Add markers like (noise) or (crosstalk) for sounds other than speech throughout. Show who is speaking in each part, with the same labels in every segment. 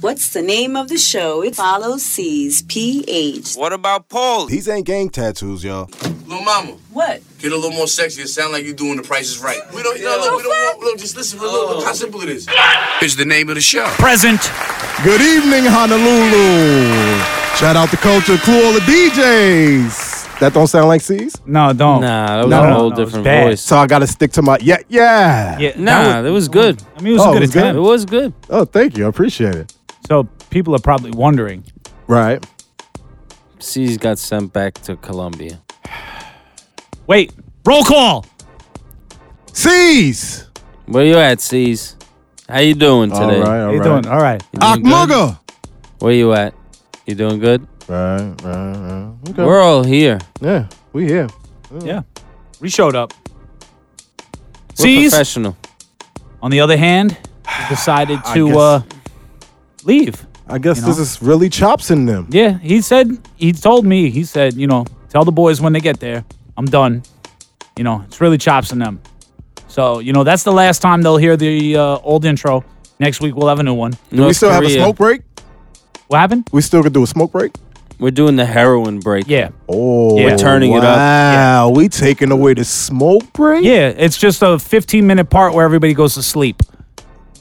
Speaker 1: What's the name of the show? It follows C's PH.
Speaker 2: What about Paul?
Speaker 3: These ain't gang tattoos, y'all.
Speaker 4: Little mama,
Speaker 1: What?
Speaker 4: get a little more sexy. It sound like you doing the prices right. We don't, no, look, we don't want, look, just listen, look, look how simple it is. It's the name of the show.
Speaker 5: Present.
Speaker 3: Good evening, Honolulu. Shout out to Culture Clue, all the DJs. That don't sound like C's.
Speaker 5: No, don't.
Speaker 6: Nah, that was
Speaker 3: No,
Speaker 6: a
Speaker 3: no,
Speaker 6: whole
Speaker 5: no, it was
Speaker 6: different
Speaker 5: bad.
Speaker 6: voice.
Speaker 3: So I gotta stick to my yeah, yeah.
Speaker 5: Yeah,
Speaker 6: Nah, that was good.
Speaker 5: I mean, it was
Speaker 3: Oh, it
Speaker 5: a good
Speaker 3: was good.
Speaker 6: It
Speaker 5: attempt.
Speaker 6: was good.
Speaker 3: Oh, thank you. I appreciate it.
Speaker 5: So people are probably wondering.
Speaker 3: Right.
Speaker 6: C's got sent back to Colombia.
Speaker 5: Wait, roll call.
Speaker 3: C's.
Speaker 6: Where you at, C's? How you doing today?
Speaker 3: All right, all
Speaker 5: How you
Speaker 3: right.
Speaker 5: doing? All right.
Speaker 6: You doing good?
Speaker 3: Akmuga.
Speaker 6: Where you at? You doing good?
Speaker 3: Right, right, right. Okay.
Speaker 6: We're all here.
Speaker 3: yeah, we here. Mm.
Speaker 5: Yeah. We showed up.
Speaker 6: We're
Speaker 5: C's,
Speaker 6: professional.
Speaker 5: on the other hand, decided
Speaker 3: (sighs)
Speaker 5: to
Speaker 3: guess-
Speaker 5: uh, leave.
Speaker 3: I guess
Speaker 5: You know?
Speaker 3: this is really chops in them.
Speaker 5: Yeah, he said, he told me, he said, you know, tell the boys when they get there, I'm done. You know, it's really chops in them. So, you know, that's the last time they'll hear the uh, old intro. Next week, we'll have a new one.
Speaker 3: Do we
Speaker 6: North
Speaker 3: still have a
Speaker 6: Korea.
Speaker 3: smoke break?
Speaker 5: What happened?
Speaker 3: We still could do a smoke break?
Speaker 6: We're doing the heroin break.
Speaker 5: Yeah.
Speaker 3: Oh,
Speaker 5: Yeah. We're
Speaker 6: turning it up.
Speaker 3: Wow, we taking away the smoke break?
Speaker 5: Yeah, it's just a 15 minute part where everybody goes to sleep.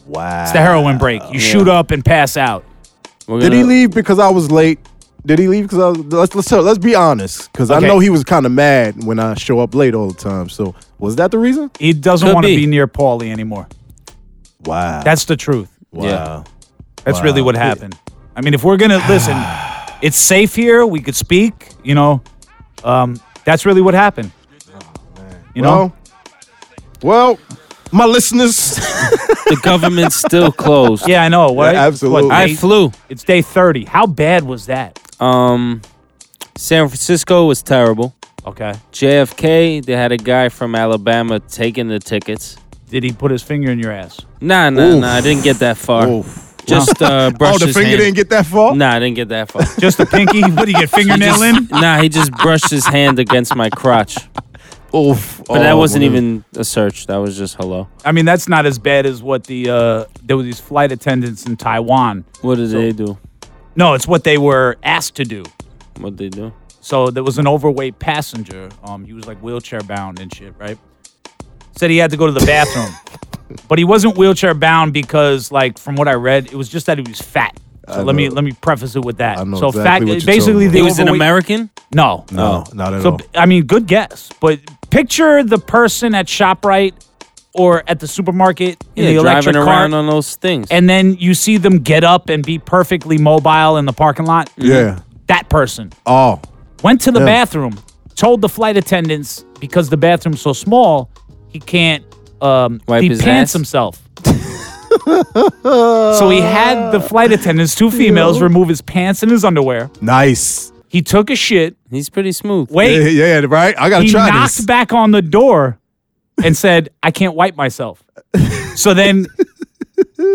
Speaker 3: Wow.
Speaker 5: It's the heroin break. You shoot up and pass out.
Speaker 6: We're
Speaker 3: Did he
Speaker 6: gonna-
Speaker 3: leave because I was late? Did he leave because I was, let's let's tell, let's be honest because I
Speaker 5: Okay.
Speaker 3: know he was kind of mad when I show up late all the time. So was that the reason?
Speaker 5: He doesn't
Speaker 6: Could
Speaker 5: want to
Speaker 6: be.
Speaker 5: be near Paulie anymore.
Speaker 3: Wow.
Speaker 5: That's the truth.
Speaker 3: wow.
Speaker 6: Yeah.
Speaker 5: That's really
Speaker 3: Wow.
Speaker 5: what happened. I mean, if
Speaker 3: (sighs)
Speaker 5: we're gonna listen, it's safe here. We could speak. You know, um, that's really what happened.
Speaker 3: Oh,
Speaker 5: You know,
Speaker 3: Well, well, my listeners.
Speaker 6: the government's still closed.
Speaker 5: yeah, I know. What?
Speaker 3: Yeah, absolutely.
Speaker 5: what,
Speaker 6: I
Speaker 5: day-
Speaker 6: flew.
Speaker 5: it's day thirty. How bad was that?
Speaker 6: Um, San Francisco was terrible.
Speaker 5: Okay.
Speaker 6: JFK, they had a guy from Alabama taking the tickets.
Speaker 5: Did he put his finger in your ass?
Speaker 6: Nah, nah, nah. I didn't get that far.
Speaker 3: Oof.
Speaker 6: Just uh, brushed
Speaker 3: oh, the
Speaker 6: his
Speaker 3: finger
Speaker 6: hand.
Speaker 3: didn't get that far.
Speaker 6: Nah, I didn't get that far.
Speaker 3: (laughs)
Speaker 5: Just a (laughs) pinky? what do you get? Fingernail in?
Speaker 6: nah, he just brushed his hand against my crotch.
Speaker 3: Oof.
Speaker 6: But that
Speaker 3: Oh,
Speaker 6: wasn't
Speaker 3: man.
Speaker 6: even a search. That was just hello.
Speaker 5: I mean, that's not as bad as what the uh, there were these flight attendants in Taiwan.
Speaker 6: What did they do?
Speaker 5: No, it's what they were asked to do.
Speaker 6: What did they do?
Speaker 5: So there was an overweight passenger. Um, he was like wheelchair bound and shit, right? Said he had to go to
Speaker 3: (laughs)
Speaker 5: the bathroom, but he wasn't wheelchair bound because, like, from what I read, it was just that he was fat. So let me let me preface it with that.
Speaker 3: I know
Speaker 5: so
Speaker 3: exactly
Speaker 5: fat,
Speaker 3: what you're
Speaker 5: basically,
Speaker 3: talking
Speaker 5: the
Speaker 6: He was an
Speaker 5: overweight-
Speaker 6: American.
Speaker 5: No,
Speaker 3: No, not at
Speaker 5: So
Speaker 3: all.
Speaker 5: I mean, good guess, but picture the person at Shoprite or at the supermarket in
Speaker 6: Yeah,
Speaker 5: the electric
Speaker 6: driving around
Speaker 5: car,
Speaker 6: on those things.
Speaker 5: and then you see them get up and be perfectly mobile in the parking lot.
Speaker 6: Mm-hmm.
Speaker 3: Yeah.
Speaker 5: That person
Speaker 3: Oh.
Speaker 5: went to the
Speaker 3: Yeah.
Speaker 5: bathroom, told the flight attendants because the bathroom's so small, he can't um,
Speaker 6: Wipe
Speaker 5: he
Speaker 6: his
Speaker 5: pants
Speaker 6: ass?
Speaker 5: himself. (laughs) so he had the flight
Speaker 3: (laughs)
Speaker 5: attendants, two females, remove his pants and his underwear.
Speaker 3: Nice.
Speaker 5: He took a shit.
Speaker 6: He's pretty smooth.
Speaker 3: Yeah,
Speaker 5: Wait,
Speaker 3: yeah, right. I gotta
Speaker 5: he
Speaker 3: try
Speaker 5: knocked
Speaker 3: this.
Speaker 5: back on the door and said, "I can't wipe myself."
Speaker 3: (laughs)
Speaker 5: So then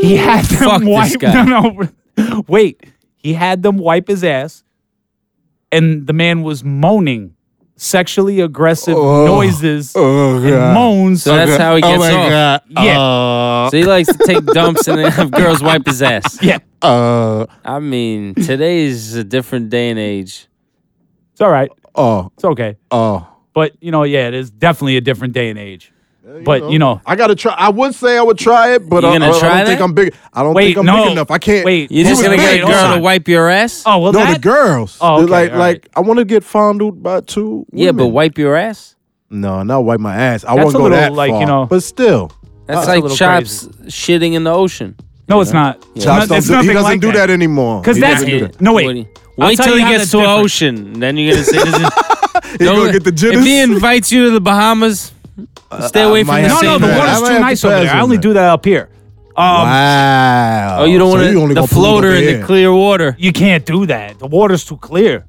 Speaker 5: he had them
Speaker 6: Fuck this
Speaker 5: wipe. (laughs)
Speaker 6: guy.
Speaker 5: No, no, wait. He had them wipe his ass, and the man was moaning sexually aggressive
Speaker 3: Oh.
Speaker 5: noises
Speaker 3: Oh,
Speaker 5: and
Speaker 3: God.
Speaker 5: moans.
Speaker 6: So that's how he
Speaker 3: Oh
Speaker 6: gets
Speaker 3: my
Speaker 6: off.
Speaker 3: god. Oh.
Speaker 5: yeah,
Speaker 6: So he likes to take dumps and then have girls wipe his ass.
Speaker 5: Oh. (laughs) yeah.
Speaker 3: Uh.
Speaker 6: I mean, today is a different day and age.
Speaker 5: It's all right.
Speaker 3: Oh.
Speaker 5: It's okay.
Speaker 3: (laughs) Oh.
Speaker 5: But you know, yeah, it is definitely a different day and age. But you know,
Speaker 3: I gotta try. I would say I would try it, but
Speaker 6: You
Speaker 3: I,
Speaker 6: gonna
Speaker 3: I- I
Speaker 6: try
Speaker 3: don't think
Speaker 6: that?
Speaker 3: I'm big. I don't
Speaker 5: Wait,
Speaker 3: think I'm
Speaker 5: no.
Speaker 3: big enough. I can't.
Speaker 5: Wait.
Speaker 6: You're just
Speaker 5: Who
Speaker 6: gonna
Speaker 5: was big?
Speaker 6: get a girl
Speaker 5: Hold
Speaker 6: to
Speaker 5: on.
Speaker 6: wipe your ass?
Speaker 5: oh well,
Speaker 3: No, the
Speaker 5: that,
Speaker 3: girls.
Speaker 5: Oh,
Speaker 3: They're
Speaker 5: okay,
Speaker 3: like,
Speaker 5: all
Speaker 3: like I want to get fondled by two.
Speaker 6: Yeah, but
Speaker 3: women.
Speaker 6: wipe your ass?
Speaker 3: No, not wipe my ass. I
Speaker 5: That's
Speaker 3: won't
Speaker 5: a
Speaker 3: go
Speaker 5: little,
Speaker 3: that
Speaker 5: like, you
Speaker 3: far.
Speaker 5: know-
Speaker 3: but still,
Speaker 6: That's
Speaker 5: a
Speaker 6: like
Speaker 5: little
Speaker 6: chops shitting in the ocean.
Speaker 5: no, it's not.
Speaker 3: Chops
Speaker 5: It's
Speaker 3: don't
Speaker 5: not- it's
Speaker 3: do, he
Speaker 5: nothing
Speaker 3: doesn't
Speaker 5: like
Speaker 3: do that, anymore.
Speaker 5: Because
Speaker 3: He
Speaker 5: that's
Speaker 3: doesn't do that.
Speaker 5: no
Speaker 6: What do you-
Speaker 5: wait. I'll
Speaker 6: Wait
Speaker 5: tell
Speaker 6: till
Speaker 5: you
Speaker 6: he
Speaker 5: how
Speaker 6: gets
Speaker 5: that's
Speaker 6: to the
Speaker 5: different.
Speaker 6: ocean. Then you're gonna say
Speaker 5: (laughs)
Speaker 6: this is
Speaker 3: He gonna
Speaker 6: Don't-
Speaker 3: get the
Speaker 6: If he
Speaker 3: jitters. Uh,
Speaker 6: invites you to the Bahamas, stay away
Speaker 3: might
Speaker 6: from the
Speaker 3: have
Speaker 5: No,
Speaker 3: to
Speaker 5: no,
Speaker 6: sand.
Speaker 5: the
Speaker 3: man.
Speaker 5: water's
Speaker 3: I might
Speaker 5: too
Speaker 3: have to
Speaker 5: nice over there.
Speaker 3: pass
Speaker 5: I
Speaker 3: on
Speaker 5: only
Speaker 3: that.
Speaker 5: do that up here. Um,
Speaker 3: wow.
Speaker 6: oh, you don't
Speaker 3: So
Speaker 6: want
Speaker 3: you only
Speaker 6: to
Speaker 3: gonna
Speaker 6: the
Speaker 3: pull it
Speaker 6: floater
Speaker 3: over
Speaker 6: in
Speaker 3: here.
Speaker 6: the clear water.
Speaker 5: You can't do that. The water's too clear.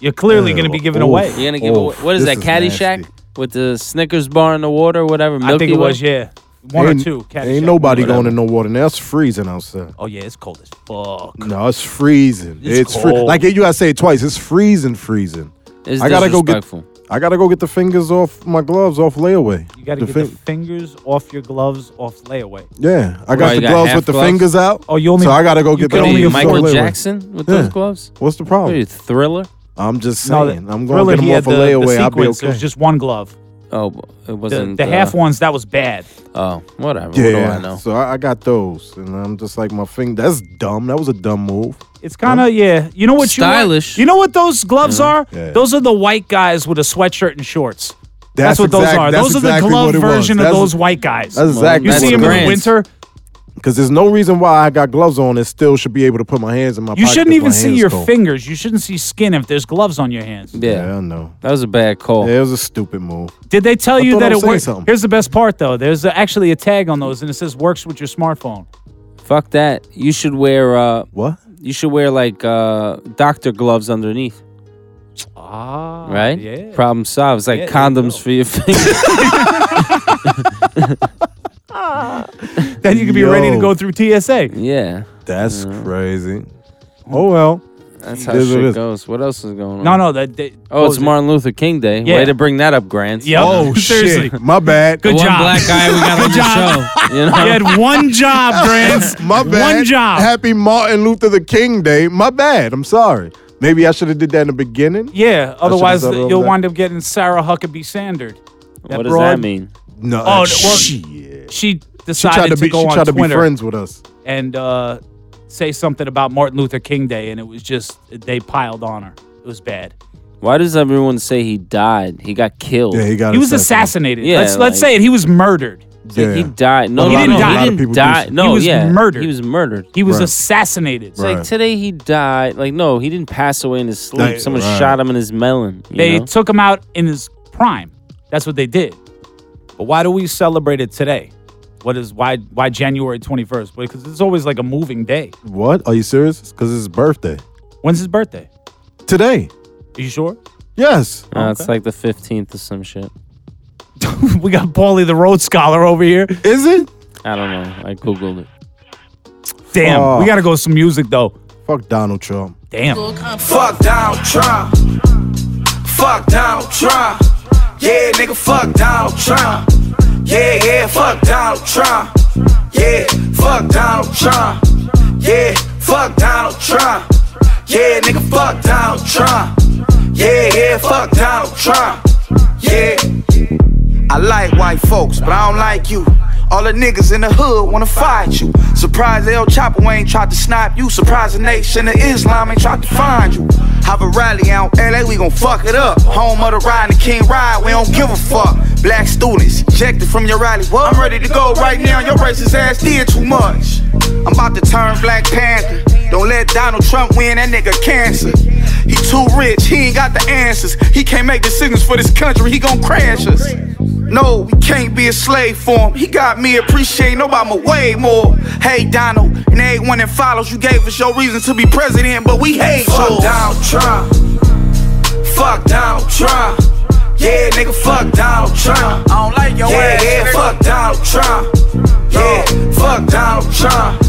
Speaker 5: You're clearly going to be given
Speaker 3: Oof.
Speaker 5: away.
Speaker 6: You're gonna give
Speaker 3: Oh,
Speaker 6: away. What is
Speaker 3: this
Speaker 6: that?
Speaker 3: is
Speaker 6: Caddyshack
Speaker 3: nasty.
Speaker 6: with the Snickers bar in the water, whatever. Milky
Speaker 5: I think it
Speaker 6: Way?
Speaker 5: was yeah, one
Speaker 3: ain't,
Speaker 5: or two. Caddyshack.
Speaker 3: Ain't nobody
Speaker 5: Whatever.
Speaker 3: going in no water. Now it's freezing outside.
Speaker 5: Oh yeah, it's cold as fuck.
Speaker 3: No, it's freezing.
Speaker 5: It's
Speaker 3: It's, free-
Speaker 5: cold.
Speaker 3: like you gotta say it twice. It's freezing, freezing.
Speaker 6: It's
Speaker 3: I gotta go get-
Speaker 6: disrespectful.
Speaker 3: I gotta go get the fingers off my gloves off layaway.
Speaker 5: You gotta
Speaker 3: The
Speaker 5: get the
Speaker 3: fin-
Speaker 5: fingers off your gloves off layaway.
Speaker 3: yeah, I
Speaker 6: Why,
Speaker 3: got
Speaker 6: you
Speaker 3: the
Speaker 6: got
Speaker 3: gloves
Speaker 6: half
Speaker 3: with the
Speaker 6: gloves?
Speaker 3: fingers out.
Speaker 5: Oh, you only-
Speaker 3: so I gotta go
Speaker 5: you
Speaker 3: get
Speaker 5: could
Speaker 3: the
Speaker 5: only
Speaker 3: fingers
Speaker 5: afford-
Speaker 3: off
Speaker 6: Michael
Speaker 3: layaway.
Speaker 6: Jackson with
Speaker 3: Yeah.
Speaker 6: those gloves?
Speaker 3: What's the
Speaker 6: What are
Speaker 3: problem?
Speaker 6: you, Thriller?
Speaker 3: I'm just
Speaker 5: No,
Speaker 3: saying.
Speaker 5: the-
Speaker 3: I'm going
Speaker 5: Thriller,
Speaker 3: to
Speaker 5: he
Speaker 3: get
Speaker 5: had
Speaker 3: them off a
Speaker 5: the- the
Speaker 3: layaway. I'll be
Speaker 5: sequence, It
Speaker 3: okay.
Speaker 5: was just one glove.
Speaker 6: Oh, it
Speaker 5: The,
Speaker 6: wasn't
Speaker 5: the half
Speaker 6: uh,
Speaker 5: ones that was bad.
Speaker 6: Oh, whatever. What do
Speaker 3: yeah,
Speaker 6: I know?
Speaker 3: so I, I got those, and I'm just like my finger. That's dumb. That was a dumb move.
Speaker 5: It's kind of yeah. You know what you want?
Speaker 6: Stylish.
Speaker 5: You know what those gloves are?
Speaker 3: Yeah.
Speaker 5: Those are the white guys with a sweatshirt and shorts.
Speaker 3: That's
Speaker 5: That's, what those
Speaker 3: exact-
Speaker 5: are.
Speaker 3: that's
Speaker 5: Those are
Speaker 3: exactly
Speaker 5: the glove
Speaker 3: what it was.
Speaker 5: version of
Speaker 3: That's-
Speaker 5: those white guys.
Speaker 3: That's exactly
Speaker 5: you
Speaker 6: that's
Speaker 5: see them in the
Speaker 6: grand.
Speaker 5: winter.
Speaker 3: Because there's no reason why I got gloves on and still should be able to put my hands in my.
Speaker 5: You
Speaker 3: pocket
Speaker 5: shouldn't
Speaker 3: if my
Speaker 5: even see
Speaker 3: hands
Speaker 5: your
Speaker 3: cold.
Speaker 5: fingers. You shouldn't see skin if there's gloves on your hands.
Speaker 6: Yeah.
Speaker 3: Yeah, I know.
Speaker 6: That was a bad call.
Speaker 3: Yeah, it was a stupid move.
Speaker 5: Did they tell
Speaker 3: I
Speaker 5: you
Speaker 3: thought I
Speaker 5: that
Speaker 3: was
Speaker 5: it
Speaker 3: saying
Speaker 5: works?
Speaker 3: something.
Speaker 5: (laughs) Here's the best part though. There's uh, actually a tag on those, and it says "works with your smartphone."
Speaker 6: Fuck that. You should wear uh
Speaker 3: What?
Speaker 6: you should wear like uh doctor gloves underneath,
Speaker 5: Ah,
Speaker 6: right?
Speaker 5: Yeah.
Speaker 6: Problem solved. It's like
Speaker 5: Yeah, there you
Speaker 6: condoms
Speaker 5: go. (laughs)
Speaker 6: for your fingers.
Speaker 5: then you could be ready to
Speaker 3: Yo.
Speaker 5: go through TSA.
Speaker 6: yeah.
Speaker 3: That's crazy. Oh well.
Speaker 6: That's how
Speaker 3: It is what it
Speaker 6: shit
Speaker 3: is.
Speaker 6: goes. What else is going on?
Speaker 5: No, no. That, that
Speaker 6: Oh, it's
Speaker 5: more.
Speaker 6: Martin Luther King Day.
Speaker 5: Yeah.
Speaker 6: Way to bring that up, Grant.
Speaker 5: Yep.
Speaker 3: Oh
Speaker 5: (laughs)
Speaker 3: (laughs)
Speaker 5: seriously.
Speaker 3: shit. My bad.
Speaker 5: Good
Speaker 6: One
Speaker 5: job.
Speaker 6: black guy
Speaker 5: (laughs)
Speaker 6: we got on the
Speaker 5: job. (laughs)
Speaker 6: show. You know?
Speaker 5: You had
Speaker 3: (laughs)
Speaker 5: one job, Grants.
Speaker 3: My bad.
Speaker 5: One job.
Speaker 3: Happy Martin Luther the King Day. My bad. I'm sorry. Maybe I should have did that in the beginning.
Speaker 5: yeah. Otherwise,
Speaker 3: thought about
Speaker 5: you'll
Speaker 3: that.
Speaker 5: wind up getting Sarah Huckabee Sandered.
Speaker 6: What does
Speaker 5: broad-
Speaker 6: that mean?
Speaker 3: No. uh,
Speaker 5: Oh, well,
Speaker 3: shit. She
Speaker 5: She decided
Speaker 3: tried to be.
Speaker 5: go
Speaker 3: She
Speaker 5: on
Speaker 3: tried to be
Speaker 5: Twitter
Speaker 3: friends with us.
Speaker 5: and uh, say something about Martin Luther King Day, and it was just they piled on her. It was bad.
Speaker 6: Why does everyone say he died? He got killed.
Speaker 3: Yeah, he got.
Speaker 5: He was
Speaker 3: assassinated.
Speaker 5: assassinated.
Speaker 6: Yeah,
Speaker 5: let's let's
Speaker 6: like-
Speaker 5: say it. He was murdered.
Speaker 6: It's like
Speaker 3: Yeah.
Speaker 6: He died. No,
Speaker 3: A
Speaker 6: no,
Speaker 5: lot
Speaker 6: no,
Speaker 5: of- a lot
Speaker 6: he
Speaker 5: of
Speaker 6: didn't
Speaker 3: people do
Speaker 6: die.
Speaker 3: say-
Speaker 6: No,
Speaker 5: He was
Speaker 6: yeah.
Speaker 5: murdered.
Speaker 6: He was murdered.
Speaker 5: He was
Speaker 3: Right.
Speaker 5: assassinated.
Speaker 6: It's like
Speaker 3: Right.
Speaker 6: today he died. Like no, he didn't pass away in his sleep.
Speaker 3: Like,
Speaker 6: Someone
Speaker 3: right.
Speaker 6: shot him in his melon. you
Speaker 5: They
Speaker 6: know?
Speaker 5: took him out in his prime. That's what they did. But why do we celebrate it today? What is why why January twenty first? Because it's always like a moving day.
Speaker 3: What? Are you serious? Because it's his birthday
Speaker 5: When's his birthday?
Speaker 3: today.
Speaker 5: Are you sure? (laughs)
Speaker 3: Yes.
Speaker 6: No, it's like the fifteenth or some shit.
Speaker 5: we got Paulie the Road Scholar over here.
Speaker 3: Is it?
Speaker 6: I don't know. I googled it.
Speaker 5: Damn,
Speaker 3: Fuck. (laughs)
Speaker 5: we gotta go with some music though.
Speaker 3: Fuck Donald Trump.
Speaker 5: Damn,
Speaker 2: Fuck Donald Trump. Fuck Donald Trump. Yeah, nigga, fuck Donald Trump. Yeah, yeah, fuck Donald Trump. Yeah, fuck Donald Trump. Yeah, fuck Donald Trump. Yeah, nigga, fuck Donald Trump. Yeah, yeah, fuck Donald Trump. Yeah. I like white folks, but I don't like you. All the niggas in the hood wanna fight you. Surprise El Chapo ain't tried to snipe you. Surprise the nation of Islam ain't tried to find you. Have a rally out in LA, we gon' fuck it up. Home of the ride and the king ride, we don't give a fuck. Black students ejected from your rally. What? I'm ready to go right now. Your racist ass did too much. I'm about to turn Black Panther. Don't let Donald Trump win, that nigga cancer. He too rich, he ain't got the answers. He can't make decisions for this country, he gon' crash us. No, we can't be a slave for him. He got me appreciating Obama way more. Hey, Donald, and everyone that follows, you gave us your reason to be president, but we hate
Speaker 1: Fuck
Speaker 2: you.
Speaker 1: Donald Trump. Fuck Donald Trump. Yeah, nigga, fuck Donald Trump.
Speaker 2: I don't like your
Speaker 1: Yeah,
Speaker 2: ass.
Speaker 1: yeah,
Speaker 2: nigga.
Speaker 1: fuck Donald Trump. Yeah, fuck Donald Trump.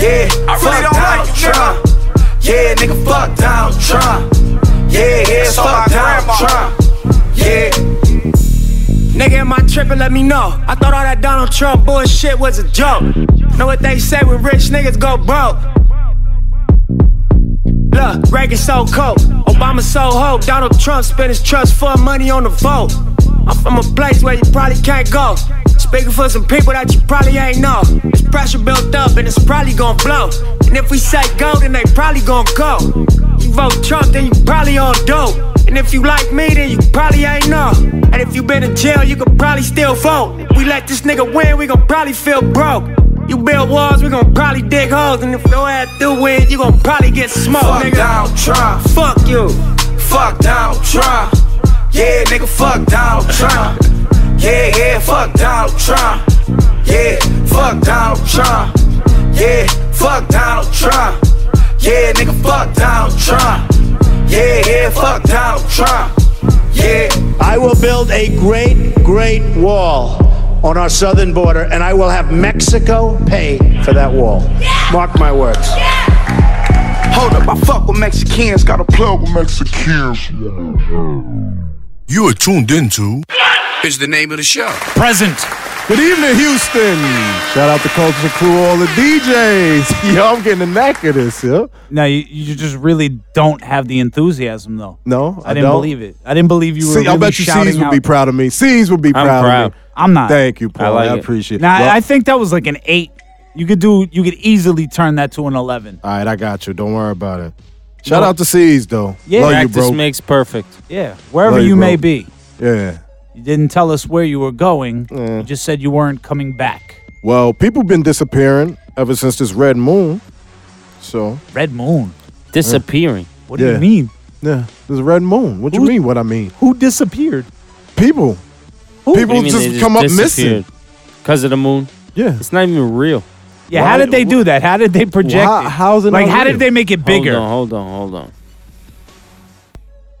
Speaker 1: Yeah,
Speaker 2: Uh-uh. I really
Speaker 1: fuck
Speaker 2: don't like
Speaker 1: Donald
Speaker 2: you,
Speaker 1: Trump. Yeah, nigga, fuck Donald Trump. Yeah, yeah,
Speaker 2: That's all
Speaker 1: fuck
Speaker 2: my
Speaker 1: Donald
Speaker 2: grandma.
Speaker 1: Trump. Yeah.
Speaker 7: Nigga, am I tripping? Let me know. I thought all that Donald Trump bullshit was a joke. Know what they say when rich niggas go broke? Look, Reagan's so cold, Obama so ho. Donald Trump spent his trust fund money on the vote. I'm from a place where you probably can't go. Speaking for some people that you probably ain't know. This pressure built up and it's probably gonna blow. And if we say go, then they probably gonna go. You vote Trump, then you probably on dope. And if you like me, then you probably ain't know. And if you been in jail, you could probably still vote. If we let this nigga win, we gon' probably feel broke. You build walls, we gon' probably dig holes. And if your ass do win, you gon' probably get smoked,
Speaker 1: Fuck
Speaker 7: nigga.
Speaker 1: Donald Trump.
Speaker 7: Fuck you.
Speaker 1: Fuck Donald Trump. Yeah, nigga, fuck Donald Trump. Yeah, yeah, fuck Donald Trump. Yeah, fuck Donald Trump. Yeah, fuck Donald Trump. Yeah, nigga, fuck Donald Trump. Yeah, yeah, fuck Donald Trump. Yeah.
Speaker 8: I will build a great, great wall on our southern border, and I will have Mexico pay for that wall. Mark my words.
Speaker 2: Hold up, I fuck with Mexicans, got a plug with Mexicans.
Speaker 9: You are tuned into
Speaker 4: Is the name of the show.
Speaker 5: Present.
Speaker 3: Good evening, Houston. Shout out to Culture Crew, all the DJs. Yo, I'm getting the knack of this, yo.
Speaker 5: Now you, you just really don't have the enthusiasm though.
Speaker 3: No,
Speaker 5: I, didn't
Speaker 3: don't.
Speaker 5: believe it. I didn't believe you were.
Speaker 3: See, I
Speaker 5: really
Speaker 3: bet you
Speaker 5: shouting
Speaker 3: C's would
Speaker 5: out-
Speaker 3: be proud of me. C's would be
Speaker 6: I'm
Speaker 3: proud,
Speaker 6: proud.
Speaker 3: of me.
Speaker 5: I'm not.
Speaker 3: Thank you, Paul. I,
Speaker 6: like it.
Speaker 3: appreciate
Speaker 5: Now
Speaker 3: it. Well,
Speaker 5: I think that was like an eight. You could do. You could easily turn that to an eleven.
Speaker 3: all right, I got you. Don't worry about it. Shout out to C's though.
Speaker 5: Yeah.
Speaker 3: Love you,
Speaker 6: Practice
Speaker 3: bro.
Speaker 6: makes perfect.
Speaker 5: Yeah. Wherever
Speaker 3: Love you,
Speaker 5: you may
Speaker 3: bro.
Speaker 5: be,
Speaker 3: yeah.
Speaker 5: you didn't tell us where you were going. You just said you weren't coming back.
Speaker 3: Well, people been disappearing ever since this red moon. So
Speaker 5: Red Moon.
Speaker 6: Disappearing.
Speaker 5: What do
Speaker 3: Yeah.
Speaker 5: you mean?
Speaker 3: yeah, this red moon. What you
Speaker 5: Who's-
Speaker 3: mean? What I mean?
Speaker 5: Who disappeared?
Speaker 3: People. People
Speaker 6: What do you mean
Speaker 3: just
Speaker 6: they
Speaker 3: come up missing.
Speaker 6: disappeared? Cause of the moon.
Speaker 3: Yeah.
Speaker 6: It's not even real.
Speaker 5: Yeah,
Speaker 3: Why-
Speaker 5: how did they do that? How did they project
Speaker 3: Why-
Speaker 5: it?
Speaker 3: how is it
Speaker 5: like
Speaker 3: not
Speaker 5: how
Speaker 3: real?
Speaker 5: did they make it bigger?
Speaker 6: Hold on, hold on, hold on.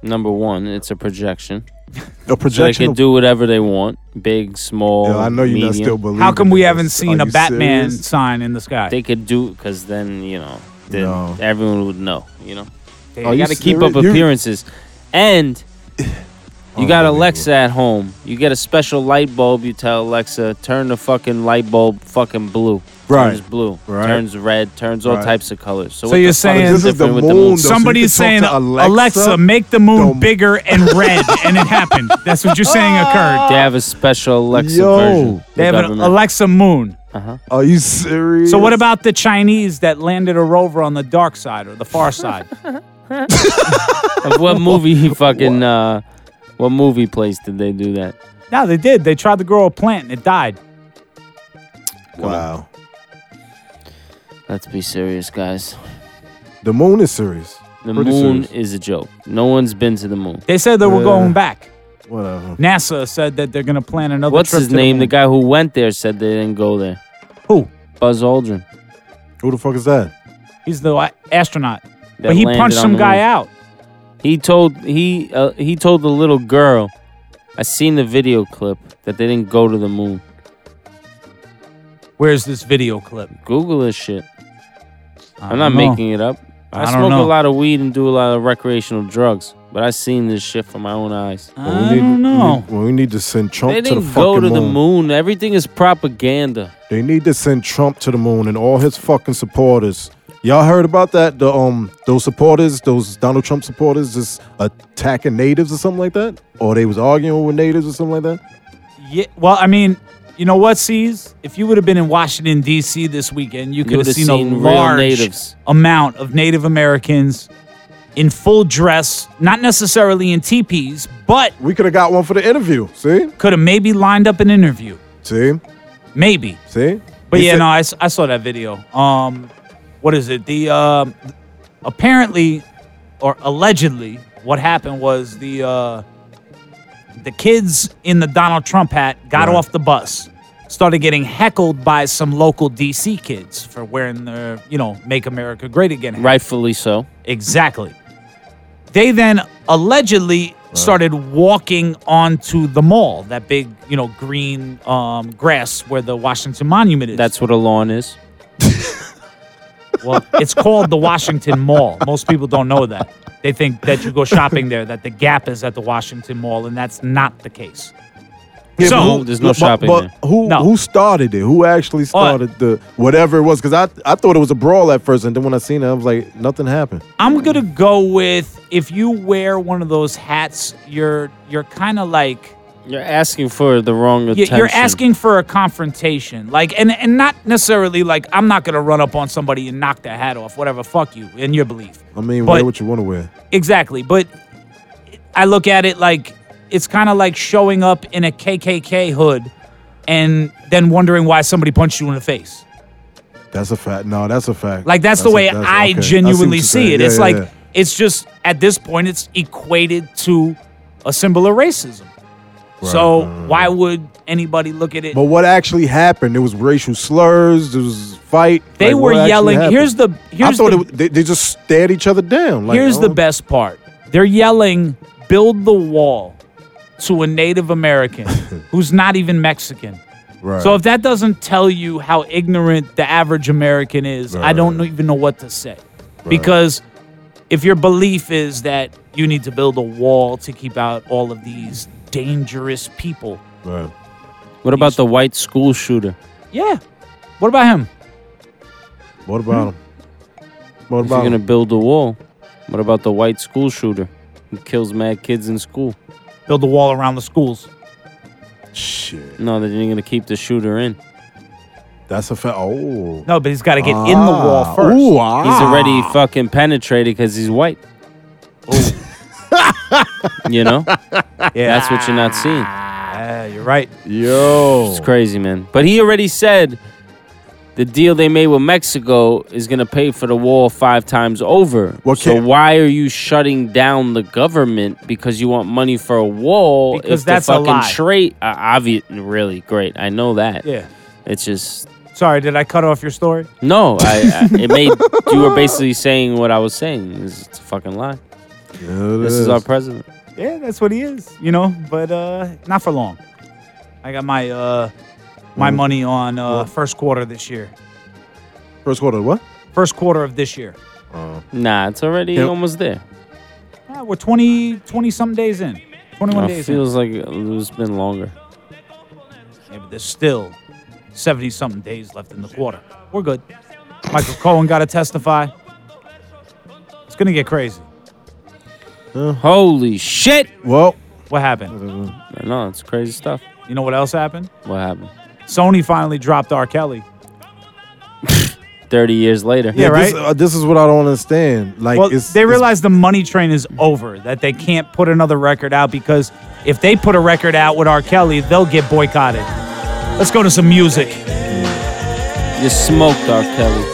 Speaker 6: Number one, it's a projection.
Speaker 3: (laughs) A
Speaker 6: So they
Speaker 3: projection.
Speaker 6: can
Speaker 3: of-
Speaker 6: do whatever they want. Big, small.
Speaker 3: Yeah, I know you're
Speaker 6: medium.
Speaker 3: not still believing.
Speaker 5: How come we
Speaker 3: this.
Speaker 5: haven't seen
Speaker 3: Are
Speaker 5: a
Speaker 3: you
Speaker 5: Batman
Speaker 3: serious?
Speaker 5: sign in the sky?
Speaker 6: They could do because then you know, then
Speaker 3: No.
Speaker 6: everyone would know. You know,
Speaker 5: They-
Speaker 3: Are
Speaker 6: you
Speaker 3: you
Speaker 6: got to keep
Speaker 3: serious?
Speaker 6: up
Speaker 3: You-
Speaker 6: appearances,
Speaker 3: (sighs)
Speaker 6: and you got
Speaker 3: Unbelievable.
Speaker 6: Alexa at home. You get a special light bulb. You tell Alexa, turn the fucking light bulb fucking blue.
Speaker 3: Right.
Speaker 6: Turns blue.
Speaker 3: Right.
Speaker 6: Turns red. Turns all
Speaker 3: Right.
Speaker 6: types of colors. So,
Speaker 5: So
Speaker 6: what
Speaker 5: you're
Speaker 6: the fuck
Speaker 5: saying-
Speaker 6: is
Speaker 5: This
Speaker 3: is the
Speaker 6: different with
Speaker 3: moon,
Speaker 6: the moon?
Speaker 3: though.
Speaker 5: Somebody's
Speaker 3: so you
Speaker 5: saying
Speaker 3: can talk to
Speaker 5: Alexa,
Speaker 3: Alexa,
Speaker 5: make the moon
Speaker 3: don't-
Speaker 5: bigger and red, and it happened. That's what you're saying
Speaker 6: They
Speaker 5: occurred.
Speaker 6: have a special Alexa
Speaker 3: Yo.
Speaker 6: version. The
Speaker 5: They have an
Speaker 6: government. Uh-huh.
Speaker 5: Alexa moon.
Speaker 3: Are you serious?
Speaker 5: So what about the Chinese that landed a rover on the dark side or the
Speaker 3: (laughs)
Speaker 5: far side?
Speaker 6: Of what movie he fucking uh what movie place did they do that?
Speaker 5: no, they did. They tried to grow a plant and it died.
Speaker 3: Wow.
Speaker 6: Let's be serious, guys.
Speaker 3: The moon is serious.
Speaker 6: The
Speaker 3: Pretty
Speaker 6: moon
Speaker 3: serious.
Speaker 6: is a joke. No one's been to the moon.
Speaker 5: They said they were
Speaker 3: Yeah.
Speaker 5: going back.
Speaker 3: Whatever.
Speaker 5: NASA said that they're going to plan another
Speaker 6: What's
Speaker 5: trip
Speaker 6: his
Speaker 5: to the
Speaker 6: name?
Speaker 5: moon.
Speaker 6: The, guy who went there said they didn't go there.
Speaker 5: Who?
Speaker 6: Buzz Aldrin.
Speaker 3: Who the fuck is that?
Speaker 5: He's the a- astronaut.
Speaker 6: that
Speaker 5: But he
Speaker 6: landed
Speaker 5: punched
Speaker 6: on
Speaker 5: some
Speaker 6: the
Speaker 5: guy
Speaker 6: moon.
Speaker 5: out.
Speaker 6: He told he uh, he told the little girl. I seen the video clip that they didn't go to the moon.
Speaker 5: Where's this video clip?
Speaker 6: Google this shit.
Speaker 5: I
Speaker 6: I'm not
Speaker 5: don't know.
Speaker 6: making it up. I,
Speaker 5: I don't
Speaker 6: smoke
Speaker 5: know.
Speaker 6: a lot of weed and do a lot of recreational drugs, but I seen this shit from my own eyes.
Speaker 5: I don't know.
Speaker 3: We need, well, we need to send Trump
Speaker 6: They
Speaker 3: to the
Speaker 6: didn't
Speaker 3: fucking
Speaker 6: go to
Speaker 3: moon.
Speaker 6: the moon. Everything is propaganda.
Speaker 3: They need to send Trump to the moon and all his fucking supporters. Y'all heard about that? The um those supporters, those Donald Trump supporters just attacking natives or something like that? Or they was arguing with natives or something like that?
Speaker 5: Yeah. Well, I mean, you know what, C's? If you would have been in Washington D.C. this weekend, you could have
Speaker 6: would've
Speaker 5: seen,
Speaker 6: seen
Speaker 5: a
Speaker 6: real
Speaker 5: large
Speaker 6: natives.
Speaker 5: amount of Native Americans in full dress, not necessarily in teepees, but
Speaker 3: We could have got one for the interview. See?
Speaker 5: could have maybe lined up an interview,
Speaker 3: See?
Speaker 5: maybe.
Speaker 3: See?
Speaker 5: But
Speaker 3: He
Speaker 5: yeah,
Speaker 3: said-
Speaker 5: no, I, s- I saw that video. Um, what is it? The um, apparently or allegedly, what happened was the uh, the kids in the Donald Trump hat got off the bus, started getting heckled by some local DC kids for wearing their you know "Make America Great Again" hat.
Speaker 6: Rightfully so.
Speaker 5: Exactly. They then allegedly started walking onto the mall, that big, you know, green um, grass where the Washington Monument is.
Speaker 6: That's what a lawn is.
Speaker 5: well, it's called the Washington Mall. Most people don't know that. They think that you go shopping there, that the Gap is at the Washington Mall, and that's not the case.
Speaker 3: Yeah,
Speaker 5: So-
Speaker 3: but
Speaker 6: There's no
Speaker 3: but-
Speaker 6: shopping
Speaker 3: But,
Speaker 6: there.
Speaker 3: who
Speaker 5: No.
Speaker 3: who started it? Who actually started the whatever it was? Because I I thought it was a brawl at first, and then when I seen it, I was like, nothing happened.
Speaker 5: I'm gonna go with if you wear one of those hats, you're you're kind of like
Speaker 6: You're asking for the wrong
Speaker 5: Y-
Speaker 6: attention.
Speaker 5: You're asking for a confrontation, like, and and not necessarily like I'm not gonna run up on somebody and knock their hat off, whatever. Fuck you and your belief.
Speaker 3: I mean,
Speaker 5: But-
Speaker 3: wear what you want to wear.
Speaker 5: Exactly, but I look at it like it's kind of like showing up in a KKK hood and then wondering why somebody punched you in the face.
Speaker 3: That's a fact. No, that's a fact.
Speaker 5: Like that's, the
Speaker 3: a-
Speaker 5: way
Speaker 3: that's-
Speaker 5: I
Speaker 3: okay. see what
Speaker 5: genuinely
Speaker 3: you're
Speaker 5: see,
Speaker 3: saying.
Speaker 5: it.
Speaker 3: Yeah,
Speaker 5: it's
Speaker 3: yeah,
Speaker 5: like
Speaker 3: yeah.
Speaker 5: it's just at this point it's equated to a symbol of racism. so why would anybody look at it?
Speaker 3: But what actually happened? There was racial slurs. There was fight.
Speaker 5: They
Speaker 3: Like,
Speaker 5: were
Speaker 3: what actually
Speaker 5: yelling.
Speaker 3: happened?
Speaker 5: Here's the
Speaker 3: I
Speaker 5: here's
Speaker 3: thought
Speaker 5: the
Speaker 3: it, was- they, they just stared each other down. Like,
Speaker 5: Here's
Speaker 3: oh,
Speaker 5: the best part. They're yelling, build the wall to a
Speaker 3: (laughs)
Speaker 5: Native American who's not even Mexican.
Speaker 3: Right.
Speaker 5: So if that doesn't tell you how ignorant the average American is, I don't know- even know what to say. Because if your belief is that you need to build a wall to keep out all of these dangerous people.
Speaker 3: Right.
Speaker 6: What about the white school shooter?
Speaker 5: Yeah. What about him?
Speaker 3: What about him? What
Speaker 6: If you're
Speaker 3: about
Speaker 6: gonna
Speaker 3: him?
Speaker 6: build a wall, what about the white school shooter who kills mad kids in school?
Speaker 5: Build a wall around the schools.
Speaker 3: Shit.
Speaker 6: No, then you're gonna keep the shooter in.
Speaker 3: That's a fact. Oh.
Speaker 5: No, but he's got to get in the wall
Speaker 3: Ah,
Speaker 5: first.
Speaker 3: ooh, ah.
Speaker 6: He's already fucking penetrated because he's white.
Speaker 5: Oh. (laughs)
Speaker 6: you know,
Speaker 5: Yeah,
Speaker 6: that's what you're not seeing.
Speaker 5: yeah, you're right.
Speaker 3: Yo.
Speaker 6: It's crazy, man. But he already said the deal they made with Mexico is going to pay for the wall five times over.
Speaker 3: What
Speaker 6: so
Speaker 3: can-
Speaker 6: why are you shutting down the government because you want money for a wall?
Speaker 5: Because
Speaker 6: if
Speaker 5: that's a
Speaker 6: the fucking
Speaker 5: lie.
Speaker 6: trade, uh, obvious, really great. I know that.
Speaker 5: Yeah.
Speaker 6: It's just
Speaker 5: Sorry, did I cut off your story?
Speaker 6: no. I,
Speaker 3: (laughs)
Speaker 6: I it made you were basically saying what I was saying. It's, it's a fucking lie.
Speaker 3: Yeah, it
Speaker 6: This is our president.
Speaker 5: Yeah, that's what he is, you know, but uh not for long. I got my uh my
Speaker 3: Mm.
Speaker 5: money on uh first quarter this year.
Speaker 3: first quarter. What? Oh.
Speaker 5: First quarter of this year.
Speaker 6: Nah, it's already
Speaker 3: Yep.
Speaker 6: almost there.
Speaker 5: Ah, we're 20 20 some days in. 21
Speaker 6: It
Speaker 5: days
Speaker 6: feels like it's been longer.
Speaker 5: in. Yeah, but there's still 70 something days left in the quarter. We're good. Michael Cohen got to testify. It's going to get crazy.
Speaker 6: Holy shit!
Speaker 3: Well,
Speaker 5: What happened?
Speaker 6: No, it's crazy stuff.
Speaker 5: You know what else happened?
Speaker 6: What happened?
Speaker 5: Sony finally dropped R.
Speaker 6: (laughs)
Speaker 5: Kelly.
Speaker 6: 30 years later.
Speaker 5: Yeah,
Speaker 3: this,
Speaker 5: right?
Speaker 3: uh, this is what I don't understand. Like,
Speaker 5: Well,
Speaker 3: it's,
Speaker 5: they
Speaker 3: it's-
Speaker 5: realize the money train is over, that they can't put another record out because if they put a record out with R. Kelly, they'll get boycotted. Let's go to some music.
Speaker 6: You smoked R. Kelly.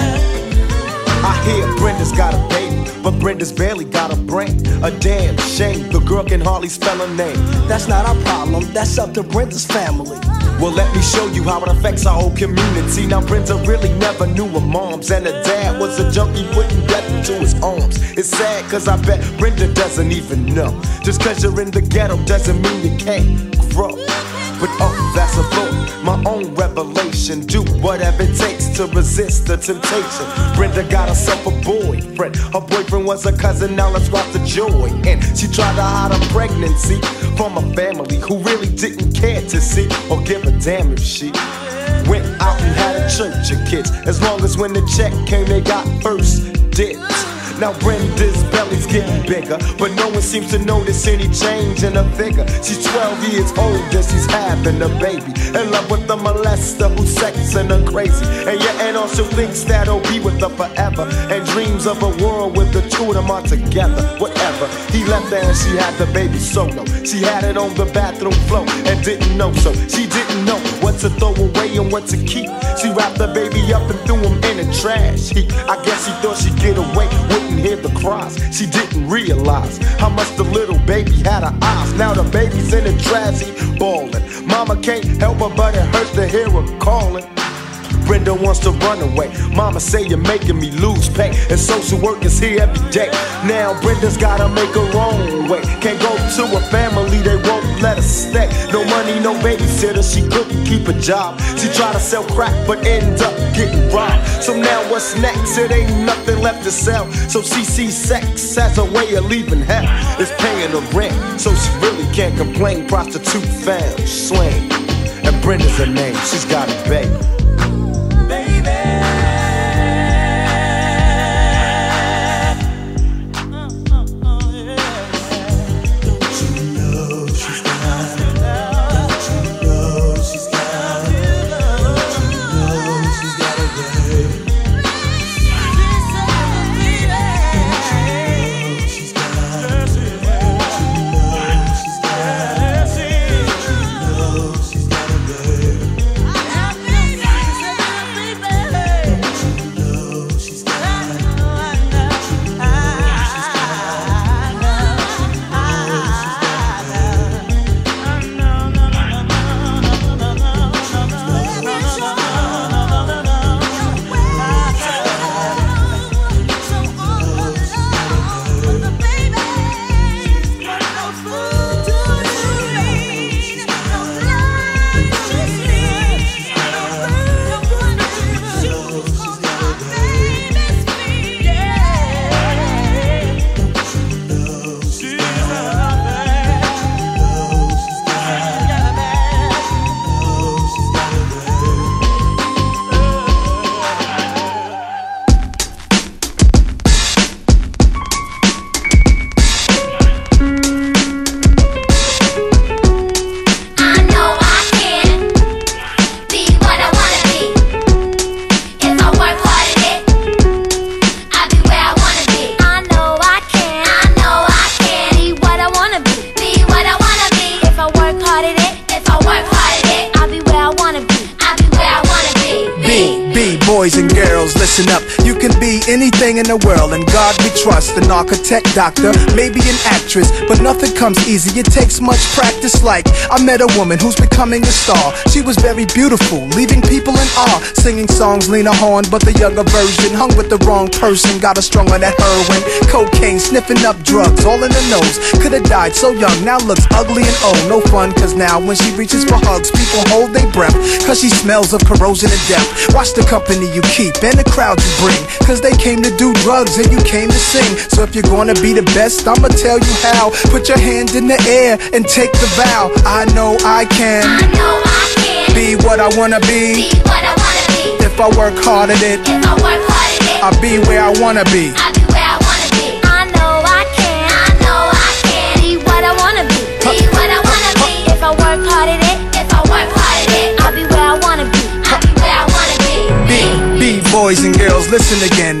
Speaker 10: I hear Brenda's got a baby, but Brenda's barely got a brain. A damn shame, the girl can hardly spell her name. That's not our problem, that's up to Brenda's family. Well, let me show you how it affects our whole community. Now, Brenda really never knew her moms, and her dad was a junkie putting death into his arms. It's sad, cause I bet Brenda doesn't even know. Just cause you're in the ghetto doesn't mean you can't grow. But oh, that's a thought, my own revelation. Do whatever it takes to resist the temptation. Brenda got herself a boyfriend. Her boyfriend was a cousin, now let's rock the joy. And she tried to hide her pregnancy from a family who really didn't care to see or give a damn if she. Went out and had a church of kids. As long as when the check came, they got first dibs. Now Brenda's belly's getting bigger, but no one seems to notice any change in her figure. She's 12 years old and she's having a baby. In love with a molester who's sexing her crazy. And your aunt also thinks that he'll be with her forever. And dreams of a world with the two of them are together. Whatever. He left her and she had the baby solo. She had it on the bathroom floor and didn't know so. She didn't know what to throw away and what to keep. She wrapped the baby up and threw him in the trash. He, I guess she thought she'd get away, wouldn't hear the cries. She didn't realize how much the little baby had her eyes. Now the baby's in the trash, he bawling. Mama can't help her, but it hurts to hear her calling. Brenda wants to run away. Mama say you're making me lose pay. And social work is here every day. Now Brenda's gotta make her own way. Can't go to a family, they won't let her stay. No money, no babysitter, she couldn't keep a job. She tried to sell crack, but end up getting robbed. So now what's next? It ain't nothing left to sell. So she sees sex as a way of leaving hell. It's paying the rent, so she really can't complain. Prostitute found, slang. And Brenda's her name, she's got a baby.
Speaker 9: She's got a baby. wanna be, be what I wanna be. If I work hard at it, if I work hard at it, I'll be where I wanna be, I'll be where I wanna be.
Speaker 11: B, B, boys and girls, listen up. You can be anything in the world, and God we trust. An architect, doctor, maybe an actress, but nothing comes easy. It takes much practice. Like, I met a woman who's becoming a star. She was very beautiful, leaving people in awe. Singing songs, Lena Horne, but the younger version hung with the wrong person. Got a strong on that heroin, cocaine, sniffing up drugs, all in the nose. Could've died so young, now looks ugly and old. No fun, cause now when she reaches for hugs, people hold their breath, cause she smells of corrosion and death. Watch the company you keep and the crowd you bring, cause they came to do drugs and you came to sing. So if you're gonna be the best, I'ma tell you how. Put your hand in the air and take the vow. I know I can. I know I can. Be what I wanna be.
Speaker 9: Be what I wanna be,
Speaker 11: If I work hard at it,
Speaker 9: if I work hard at it,
Speaker 11: I'll be where I wanna be.
Speaker 9: I'll be where I wanna be. I know I can, I know I can be what I wanna be, be what I wanna be. If I work hard at it, if I work hard at it, I'll be where I wanna be, I'll be where I wanna be.
Speaker 11: B, B boys and girls, listen again.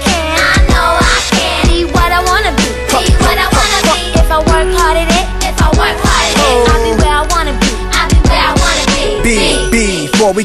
Speaker 9: can, I know I can be what I wanna be, be what I wanna be. If I work hard at it, if I work hard at it, I'll be where I wanna be, I'll be where I wanna be.
Speaker 11: B, B, before we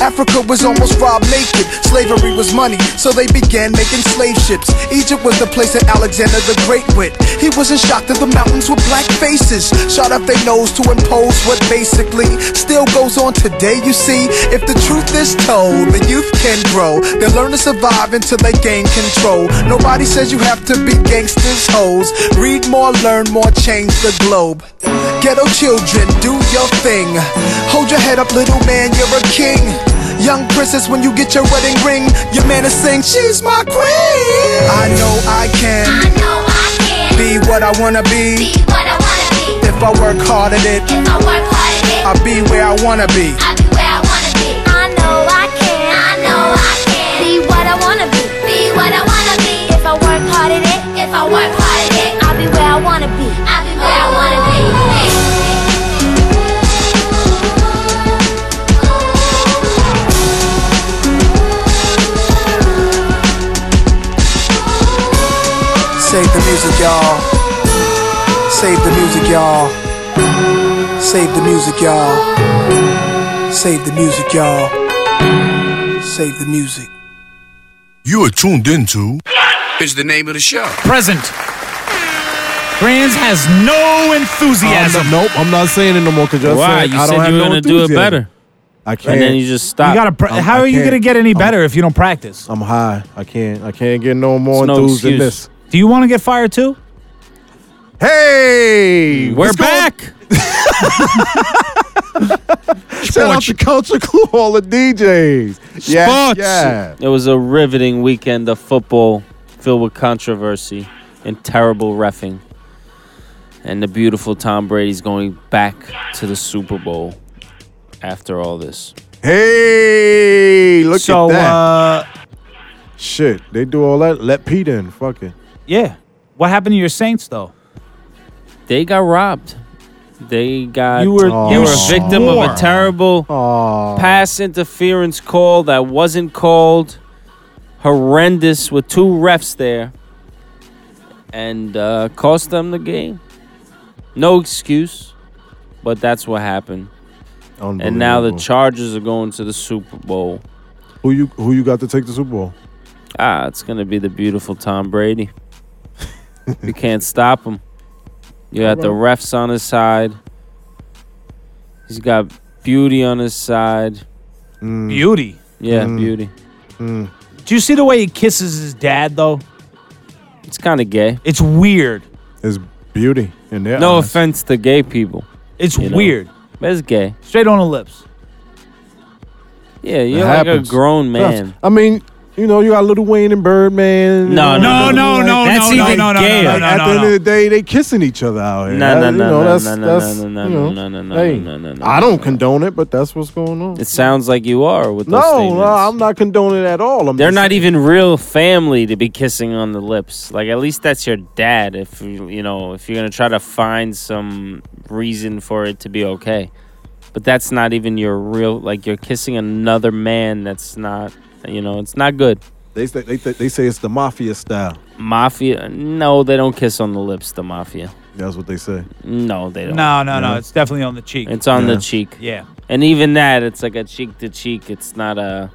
Speaker 11: Africa was almost robbed naked. Slavery was money, so they began making slave ships. Egypt was the place that Alexander the Great went. He was in shock that the mountains were black faces. Shot up their nose to impose what basically still goes on today, you see. If the truth is told, the youth can grow. They learn to survive until they gain control. Nobody says you have to be gangsters, hoes. Read more, learn more, change the globe. Ghetto children, do your thing. Hold your head up, little man, you're a king. Young princess, when you get your wedding ring, your man is saying, She's my queen. I know I
Speaker 9: I
Speaker 11: can
Speaker 9: know I can be
Speaker 11: be what I wanna be.
Speaker 9: what I wanna be.
Speaker 11: If I work hard at it,
Speaker 9: If I work hard at it,
Speaker 11: I'll be where I wanna be.
Speaker 9: I'll be where I wanna be. I know I can, I know I can be what I wanna be, be what I wanna be. If I work hard at it, if I work hard at it, I'll be where I wanna be, I'll be where I wanna be.
Speaker 11: Save the music, y'all. Save the music, y'all. Save the music, y'all. Save the music, y'all. Save the music.
Speaker 4: You are tuned into. Is the name of the show.
Speaker 5: Present. Franz has no enthusiasm.
Speaker 3: I'm not- Um, nope, I'm not saying it no more because y'all
Speaker 6: Why?
Speaker 3: said
Speaker 6: You
Speaker 3: I don't
Speaker 6: said
Speaker 3: have
Speaker 6: you were
Speaker 3: no
Speaker 6: gonna do it
Speaker 3: enthusiasm.
Speaker 6: better,
Speaker 3: I can't.
Speaker 6: and then you just stopped.
Speaker 5: You gotta. Pre-
Speaker 3: I'm-
Speaker 5: how
Speaker 3: I
Speaker 5: are you
Speaker 3: can't-
Speaker 5: gonna get any better if you don't practice?
Speaker 3: I'm high. I can't. I can't get no more
Speaker 6: It's no
Speaker 3: enthusiasm than
Speaker 6: excuse.
Speaker 3: this.
Speaker 5: Do you want to get fired too? Mm.
Speaker 3: Hey,
Speaker 6: We're
Speaker 3: what's going-
Speaker 5: (laughs)
Speaker 6: back.
Speaker 3: Shout out to Culture Clue, all the DJs. Yeah,
Speaker 6: Sports.
Speaker 3: yeah.
Speaker 6: It was a riveting weekend of football filled with controversy and terrible refing. And the beautiful Tom Brady's going back to the Super Bowl after all this.
Speaker 3: Hey, look
Speaker 5: so
Speaker 3: at that.
Speaker 5: uh,
Speaker 3: Shit, they do all that. Let Pete in. Fuck it.
Speaker 5: yeah. What happened to your Saints though?
Speaker 6: They got robbed. They got
Speaker 5: You were-
Speaker 6: you
Speaker 3: you
Speaker 6: were a victim of
Speaker 5: swore.
Speaker 6: a terrible
Speaker 3: Aw.
Speaker 6: pass interference call that wasn't called. Horrendous with two refs there. And uh, cost them the game. No excuse. But that's what happened. And now the
Speaker 3: Unbelievable.
Speaker 6: Chargers are going to the Super Bowl.
Speaker 3: Who you who you got to take the Super Bowl?
Speaker 6: Ah, it's gonna be the beautiful Tom Brady. you can't stop him. You got the refs on his side. He's got beauty on his side.
Speaker 5: Beauty.
Speaker 6: Yeah,
Speaker 5: Mm.
Speaker 6: beauty.
Speaker 3: Mm.
Speaker 5: Do you see the way he kisses his dad though?
Speaker 6: It's kind of gay.
Speaker 5: It's weird.
Speaker 3: It's beauty in there.
Speaker 6: No offense to gay people.
Speaker 5: It's
Speaker 6: you know?
Speaker 5: weird.
Speaker 6: But it's gay.
Speaker 5: Straight on the lips.
Speaker 6: Yeah,
Speaker 3: It
Speaker 6: you're like
Speaker 3: happens.
Speaker 6: a grown
Speaker 3: Yes.
Speaker 6: man.
Speaker 3: I mean, you know, you got Little Wayne and Birdman.
Speaker 6: No,
Speaker 3: you know,
Speaker 6: no,
Speaker 5: no,
Speaker 3: like-
Speaker 5: no, That's no, no, even no, no, gayer. no,
Speaker 3: Like,
Speaker 5: no,
Speaker 3: At
Speaker 5: no,
Speaker 3: the end
Speaker 5: no.
Speaker 3: of the day, they kissing each other out here.
Speaker 6: No, no,
Speaker 3: That- you
Speaker 6: no,
Speaker 3: know,
Speaker 6: no,
Speaker 3: that's-
Speaker 6: no, no,
Speaker 3: that's,
Speaker 6: no, no,
Speaker 3: you
Speaker 6: no,
Speaker 3: know,
Speaker 6: no, no, no,
Speaker 3: hey,
Speaker 6: no, no, no,
Speaker 3: I don't condone it, but that's what's going on.
Speaker 6: It sounds like you are with those
Speaker 3: No,
Speaker 6: statements.
Speaker 3: no, I'm not condoning it at all. I'm
Speaker 6: They're
Speaker 3: just
Speaker 6: not even real family to be kissing on the lips. Like at least that's your dad. If you you know if you're gonna try to find some reason for it to be okay, but that's not even your real. Like you're kissing another man. That's not you know it's not good.
Speaker 3: They say they, th- they say it's the mafia style.
Speaker 6: Mafia. No, they don't kiss on the lips. The mafia.
Speaker 3: That's what they say.
Speaker 6: No, they don't.
Speaker 5: No, no, no. It's definitely on the cheek.
Speaker 6: It's on
Speaker 3: Yeah.
Speaker 6: the cheek.
Speaker 5: yeah.
Speaker 6: And even that, it's like a cheek to cheek. It's not a.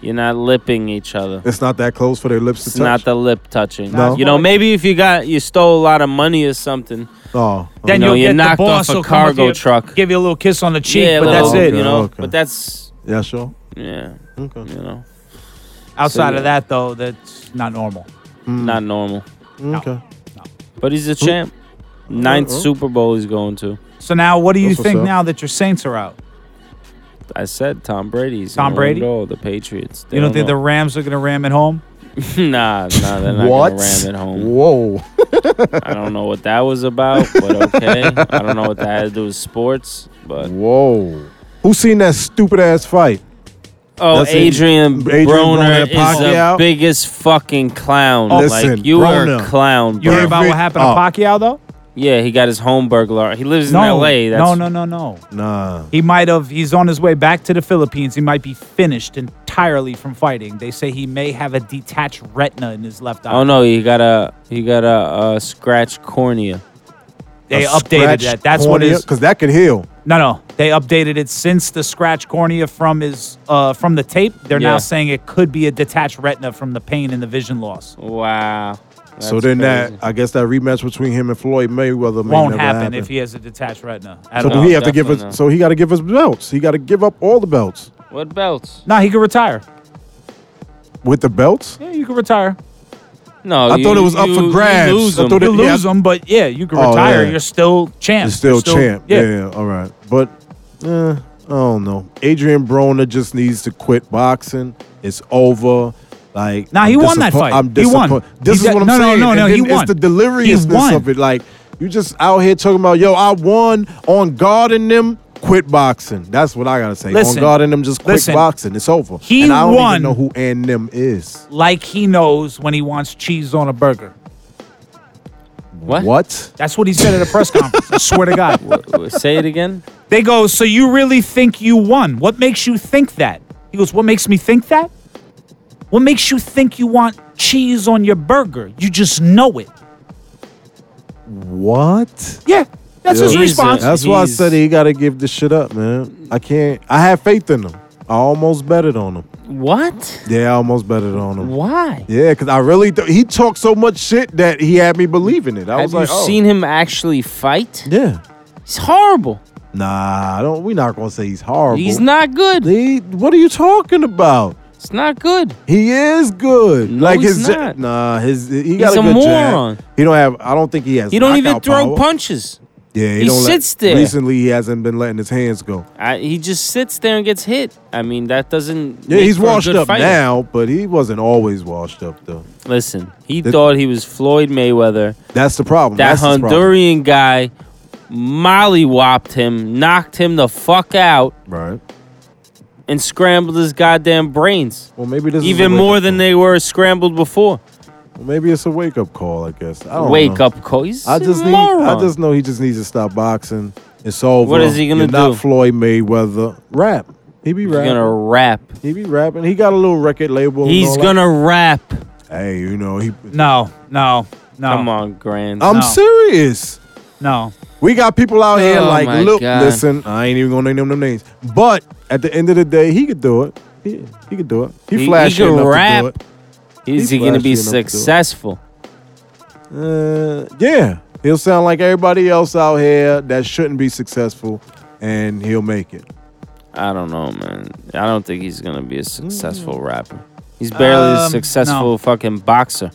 Speaker 6: You're not lipping each other.
Speaker 3: It's not that close for their lips
Speaker 6: It's
Speaker 3: to touch.
Speaker 6: not the lip touching.
Speaker 3: No.
Speaker 6: You know, maybe if you got you stole a lot of money or something.
Speaker 3: oh,
Speaker 5: Then
Speaker 6: you know,
Speaker 5: you'll
Speaker 6: you
Speaker 5: get
Speaker 6: knocked
Speaker 5: the boss
Speaker 6: off a
Speaker 5: will come up
Speaker 6: cargo
Speaker 5: to you,
Speaker 6: truck.
Speaker 5: Give you a little kiss on the cheek,
Speaker 6: yeah,
Speaker 5: but that's
Speaker 6: little,
Speaker 5: it.
Speaker 6: You know,
Speaker 3: Okay.
Speaker 6: but that's
Speaker 3: yeah, sure.
Speaker 6: yeah.
Speaker 3: Okay.
Speaker 6: You know,
Speaker 5: Outside
Speaker 6: So, yeah.
Speaker 5: of that though, that's not normal.
Speaker 6: not normal.
Speaker 3: Mm. Okay.
Speaker 6: But he's a champ. Ninth
Speaker 3: Oh, oh.
Speaker 6: Super Bowl he's going to.
Speaker 5: So now what do you
Speaker 3: That's what's
Speaker 5: think
Speaker 3: up.
Speaker 5: now that your Saints are out?
Speaker 6: I said Tom Brady's.
Speaker 5: Tom Brady?
Speaker 6: Oh, the Patriots. They
Speaker 5: You don't think the
Speaker 6: know.
Speaker 5: Rams are gonna ram it home?
Speaker 6: (laughs) nah, nah, they're not
Speaker 3: what?
Speaker 6: gonna ram it home.
Speaker 3: Whoa.
Speaker 6: I don't know what that was about, but okay. I don't know what that had to do with sports, but
Speaker 3: Whoa. Who seen that stupid ass fight?
Speaker 6: oh,
Speaker 3: That's it.
Speaker 6: Adrian,
Speaker 3: Adrian Broner
Speaker 6: Broner
Speaker 3: and
Speaker 6: is the
Speaker 3: Pacquiao.
Speaker 6: biggest fucking clown.
Speaker 3: Listen,
Speaker 6: like you are
Speaker 3: Broner.
Speaker 6: a clown.
Speaker 5: You
Speaker 6: Bro.
Speaker 5: heard about
Speaker 3: Every-
Speaker 5: what happened
Speaker 3: oh.
Speaker 5: to Pacquiao though?
Speaker 6: yeah, he got his home burglar. He lives in
Speaker 5: No,
Speaker 6: L.A. That's,
Speaker 5: no, no, no, no.
Speaker 3: Nah.
Speaker 5: He might have. He's on his way back to the Philippines. He might be finished entirely from fighting. They say he may have a detached retina in his left eye.
Speaker 6: Oh no, he got a he got a, a scratch cornea.
Speaker 5: They updated that. That's what is.
Speaker 3: Because that could heal.
Speaker 5: No, no. They updated it since the scratch cornea from his uh from the tape. They're
Speaker 6: Yeah.
Speaker 5: now saying it could be a detached retina from the pain and the vision loss.
Speaker 6: Wow.
Speaker 3: so
Speaker 6: That's
Speaker 3: then
Speaker 6: crazy.
Speaker 3: that I guess that rematch between him and Floyd Mayweather may
Speaker 5: Won't
Speaker 3: never
Speaker 5: happen, if he has a detached retina. At
Speaker 3: So
Speaker 5: all.
Speaker 3: do
Speaker 6: No,
Speaker 3: he have to give
Speaker 6: definitely
Speaker 3: us? So he got to give us belts. He got to give up all the belts.
Speaker 6: what belts?
Speaker 5: Nah, he could retire.
Speaker 3: With the belts?
Speaker 5: Yeah, you could retire.
Speaker 6: No,
Speaker 3: I
Speaker 6: you-
Speaker 3: thought it was up
Speaker 6: you-
Speaker 3: for grabs.
Speaker 6: You lose
Speaker 3: I
Speaker 6: them.
Speaker 3: thought it-
Speaker 5: You
Speaker 3: Yeah.
Speaker 5: lose them, but yeah, you could
Speaker 3: Oh,
Speaker 5: retire.
Speaker 3: yeah.
Speaker 5: You're still champ.
Speaker 3: It's still,
Speaker 5: You're
Speaker 3: champ. Yeah. yeah, all right. But eh, I don't know. Adrian Broner just needs to quit boxing. It's over. Like
Speaker 5: Nah, he won that fight.
Speaker 3: I'm
Speaker 5: He won.
Speaker 3: disappointed. This
Speaker 5: He
Speaker 3: is
Speaker 5: did-
Speaker 3: what I'm
Speaker 5: no, no,
Speaker 3: saying.
Speaker 5: no,
Speaker 3: And
Speaker 5: no,
Speaker 3: then
Speaker 5: he won.
Speaker 3: It's the
Speaker 5: He
Speaker 3: deliriousness
Speaker 5: won.
Speaker 3: of it. Like you just out here talking about, yo, I won on guard and them. Quit boxing. That's what I gotta say.
Speaker 5: Listen.
Speaker 3: on guard and them, just quit
Speaker 5: Listen.
Speaker 3: boxing. It's over.
Speaker 5: He
Speaker 3: and I don't
Speaker 5: won.
Speaker 3: even know who and them is.
Speaker 5: Like he knows when he wants cheese on a burger.
Speaker 6: What?
Speaker 3: What?
Speaker 5: That's what he said at a press conference. I swear to
Speaker 6: (laughs)
Speaker 5: God.
Speaker 6: Say it again.
Speaker 5: They go, So you really think you won? What makes you think that? He goes, What makes me think that? What makes you think you want cheese on your burger? You just know it.
Speaker 3: What?
Speaker 5: Yeah. That's his
Speaker 6: Jesus.
Speaker 5: response.
Speaker 3: That's why I
Speaker 6: He's-
Speaker 3: said he got to give this shit up, man. I can't. I have faith in him. I almost betted on him.
Speaker 6: What?
Speaker 3: Yeah, I almost betted on him.
Speaker 6: Why?
Speaker 3: Yeah, because I really th- he talked so much shit that he had me believing it. I was
Speaker 6: Have you
Speaker 3: like, oh.
Speaker 6: seen him actually fight?
Speaker 3: Yeah,
Speaker 6: He's horrible.
Speaker 3: nah, I don't. We're not gonna say he's horrible.
Speaker 6: He's not good.
Speaker 3: He, what are you talking about?
Speaker 6: It's not good.
Speaker 3: He is good.
Speaker 6: No,
Speaker 3: like
Speaker 6: he's
Speaker 3: his ja-
Speaker 6: not.
Speaker 3: nah, his he got
Speaker 6: He's
Speaker 3: a,
Speaker 6: a
Speaker 3: good
Speaker 6: moron.
Speaker 3: jab. He don't have. I don't think he has.
Speaker 6: He don't even
Speaker 3: knockout
Speaker 6: throw
Speaker 3: power.
Speaker 6: punches.
Speaker 3: Yeah, he,
Speaker 6: He
Speaker 3: don't let-
Speaker 6: sits there.
Speaker 3: Recently, he hasn't been letting his hands go.
Speaker 6: I, he just sits there and gets hit. I mean, that doesn't.
Speaker 3: Yeah,
Speaker 6: make
Speaker 3: he's
Speaker 6: for a
Speaker 3: washed
Speaker 6: good
Speaker 3: up
Speaker 6: fighter.
Speaker 3: now, but he wasn't always washed up though.
Speaker 6: Listen, he
Speaker 3: Th-
Speaker 6: thought he was Floyd Mayweather.
Speaker 3: That's the problem.
Speaker 6: That
Speaker 3: That's his problem.
Speaker 6: Honduran guy mollywopped him, knocked him the fuck out,
Speaker 3: Right.
Speaker 6: and scrambled his goddamn brains.
Speaker 3: Well, maybe this
Speaker 6: Even
Speaker 3: is a
Speaker 6: more
Speaker 3: wake-up
Speaker 6: than
Speaker 3: call.
Speaker 6: they were scrambled before.
Speaker 3: Well, maybe it's a wake up call. I guess. I don't
Speaker 6: Wake
Speaker 3: know.
Speaker 6: up, call. He's
Speaker 3: I just
Speaker 6: a
Speaker 3: need.
Speaker 6: moron.
Speaker 3: I just know he just needs to stop boxing. It's over.
Speaker 6: What is he gonna
Speaker 3: You're
Speaker 6: do?
Speaker 3: Not Floyd Mayweather. Rap. He be
Speaker 6: He's
Speaker 3: rapping.
Speaker 6: gonna rap.
Speaker 3: he be rapping. He got a little record label. and
Speaker 6: He's
Speaker 3: all
Speaker 6: gonna rap.
Speaker 3: That. Hey, you know he.
Speaker 5: no, no, no.
Speaker 6: Come on, Grant.
Speaker 3: I'm
Speaker 5: No.
Speaker 3: serious.
Speaker 5: No.
Speaker 3: We got people out here
Speaker 6: Oh
Speaker 3: like,
Speaker 6: my
Speaker 3: look,
Speaker 6: God.
Speaker 3: listen, I ain't even gonna name them them names. But at the end of the day, he could do it. He, he could do it. He,
Speaker 6: He- he
Speaker 3: flashed
Speaker 6: can
Speaker 3: enough
Speaker 6: rap.
Speaker 3: to do it.
Speaker 6: Is
Speaker 3: He
Speaker 6: he gonna be
Speaker 3: flashy enough to do it.
Speaker 6: successful?
Speaker 3: Uh, yeah, he'll sound like everybody else out here that shouldn't be successful, and he'll make it.
Speaker 6: I don't know, man. I don't think he's gonna be a successful
Speaker 3: Mm.
Speaker 6: rapper. He's barely a
Speaker 5: Um,
Speaker 6: successful
Speaker 5: no.
Speaker 6: fucking boxer.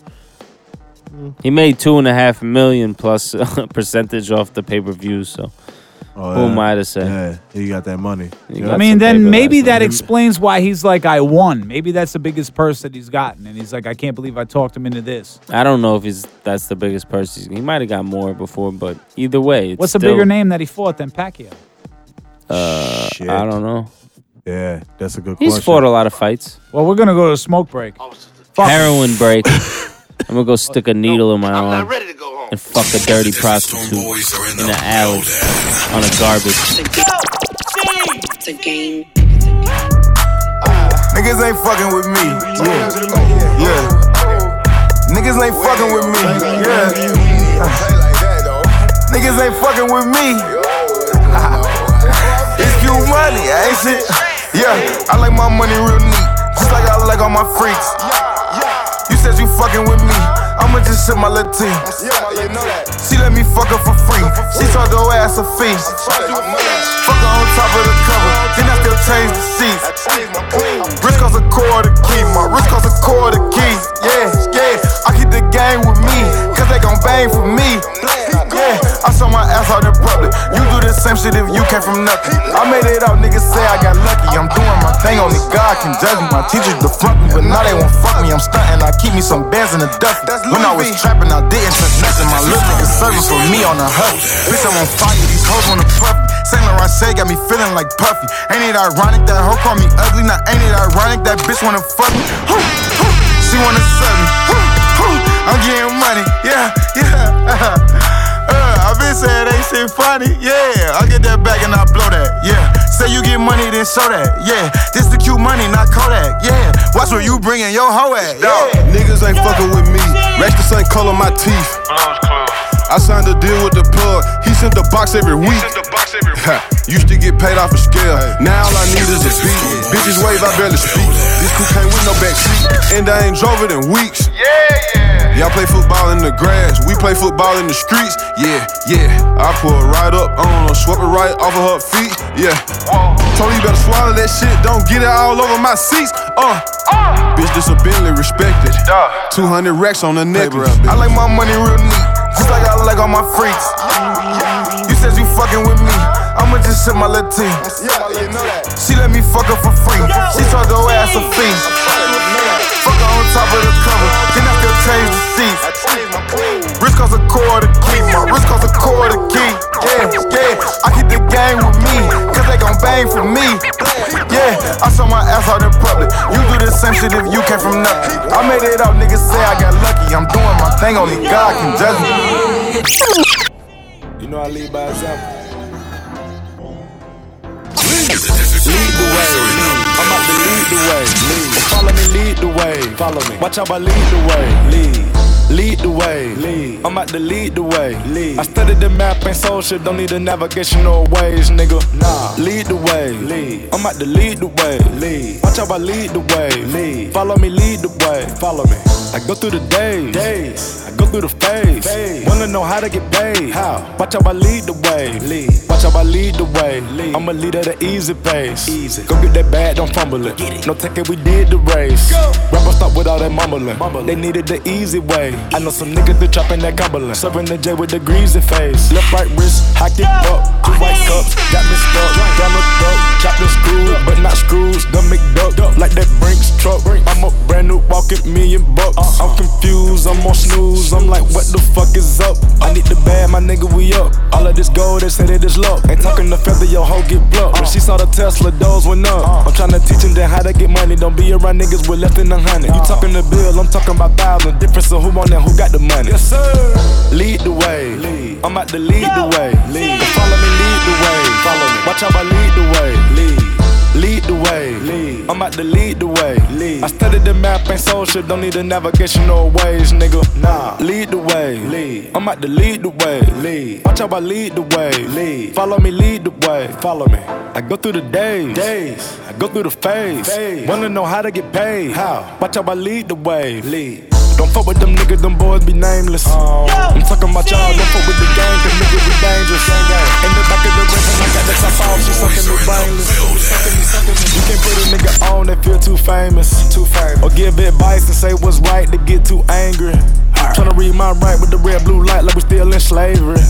Speaker 6: He made two and a half million plus uh, (laughs) percentage off the pay per view, so who
Speaker 3: Oh, yeah.
Speaker 6: am I to say?
Speaker 3: Yeah, he got that money.
Speaker 6: He
Speaker 3: Yeah.
Speaker 6: got
Speaker 5: I mean,
Speaker 6: some paper
Speaker 5: then maybe
Speaker 6: last
Speaker 5: that
Speaker 6: night.
Speaker 5: explains why he's like, I won. Maybe that's the biggest purse that he's gotten, and he's like, I can't believe I talked him into this.
Speaker 6: I don't know if he's that's the biggest person. He might have got more before, but either way, it's
Speaker 5: What's a
Speaker 6: still,
Speaker 5: bigger name that he fought than Pacquiao?
Speaker 6: Uh,
Speaker 3: Shit.
Speaker 6: I don't know.
Speaker 3: Yeah, that's a good
Speaker 6: He's
Speaker 3: question.
Speaker 6: fought a lot of fights.
Speaker 5: Well, we're gonna go to a smoke break.
Speaker 3: Oh.
Speaker 6: Heroin break.
Speaker 3: (laughs)
Speaker 6: I'm gonna go stick a needle in my arm and fuck a dirty prostitute in the alley on a garbage.
Speaker 12: It's a game.
Speaker 1: Niggas ain't fucking with me. Yeah. Yeah. Niggas ain't fucking with me. Yeah. Niggas ain't fucking with me. (laughs) It's Q money, I ain't shit. Yeah, I like my money real neat. Just like I like all my freaks. You said you fucking with me. I'ma just shit my little team. She let me fuck her for free. She told her ass a fee. Fuck her on top of the cover. Then I still change the seats. Wrist cost a quarter key. My wrist cost a quarter key. Yeah, yeah. I keep the game with me. Cause they gon' bang for me. Yeah, I saw my ass out in public. You do the same shit if you came from nothing. I made it out, niggas say I got lucky. I'm doing my thing, only God can judge me. My teachers defront me, but now they won't fuck me. I'm stunting, I keep me some bands in the duffel. When I was trapping, I didn't touch nothing. My little nigga serving for me on a huff. Bitch, I'm on fire, these hoes wanna puff me. Saint Laurent Shay got me feeling like Puffy. Ain't it ironic that hoe call me ugly? Now ain't it ironic that bitch wanna fuck me? Who, who, she wanna suck me. Who, who, I'm getting money, yeah, yeah. (laughs) Uh, I been saying they shit funny, yeah. I get that back and I blow that, yeah. Say you get money, then show that, yeah. This the cute money, not Kodak, yeah. Watch where you bringing your hoe at, yeah.
Speaker 13: Niggas ain't fucking with me. Racks the same color my teeth. I signed a deal with the plug. He sent the box every week. Ha, Used to get paid off a scale. Now all I need is a beat. Bitches wave, I barely speak. This crew came with no backseat. And I ain't drove it in weeks. Y'all play football in the grass, we play football in the streets. Yeah, yeah. I pull right up on her, swept it right off of her feet. Yeah. Told you better swallow that shit, don't get it all over my seats. Uh. Bitch, this a Bentley, respected. 200 racks on the necklace.
Speaker 1: I like my money real neat, just like I like all my freaks. You said you fucking with me, I'ma just shit my little team. She let me fuck her for free, she told her ass a fiend. Fuck her on top of the cover, then I still change the seats. Wrist cost a quarter key, my wrist cost a quarter key. Yeah, yeah, I keep the game with me, cause they gon' bang for me. Yeah, I saw my ass out in public. You do the same shit if you came from nothing. I made it out, niggas say I got lucky. I'm doing my thing, only God can judge me.
Speaker 13: You know I lead by example. Lead the way, lead. I'm about to lead the way, lead. Follow me, lead the way, follow me. Watch out, I lead the way, lead. Lead the way, lead. I'm about to lead the way, lead. I studied the map and soul shit, don't need a navigation or ways, nigga. Nah, lead the way, lead. I'm about to lead the way, lead. Watch out, I lead the way, lead. Follow me, lead the way, follow me. I go through the days, days. I go through the phase. Wanna know how to get paid? How? Watch out, I lead the way. Lead. Watch out, I lead the way. Lead. I'm a leader at an easy pace. Easy. Go get that bag, don't fumble it. Get it. No taking, we did the race. Go. Rapper stop with all that mumbling. They needed the easy way. I know some niggas that trapping that gobbling. Serving the J with the greasy face. Left, right wrist, I kick up. Two white cups, got me stuck. Donald Duck, chopping screws, but not screws. The McDuck, like that Brinks Uh-huh. truck. I'm a brand new walking million bucks. I'm confused, I'm on snooze. I'm like, what the fuck is up? I need the bag, my nigga, we up. All of this gold, they say that it's luck. Ain't talking the feather, your hoe get blocked. When she saw the Tesla, those went up. I'm trying to teach them that how to get money. Don't be around niggas with less than a hundred. You talking the bill, I'm talking about thousand. Difference of who on and who got the money. Yes, sir. Lead the way. Lead. I'm about to lead the way. Lead. Follow me, lead the way. Follow me. Watch how I lead the way. Lead. Lead the way. Lead. I'm about to lead the way. Lead. I studied the map and social, don't need a navigation or ways, nigga. Nah, lead the way. Lead. I'm about to lead the way. Lead. Watch how I lead the way. Lead. Follow me, lead the way. Follow me. I go through the days. Days. I go through the phase. phase. Wanna know how to get paid? How? Watch how I lead the way. Lead. Oh. Don't fuck with them niggas, them boys be nameless. I'm talking about y'all, don't fuck with the gang, cause niggas be dangerous. In the back of the rim, and I got the top off, she sucking me brainless. Sucking me, sucking me. You can't put a nigga on that feel too famous. Too famous. Or give advice and say what's right to get too angry. Tryna read my right with the red blue light like we still in slavery.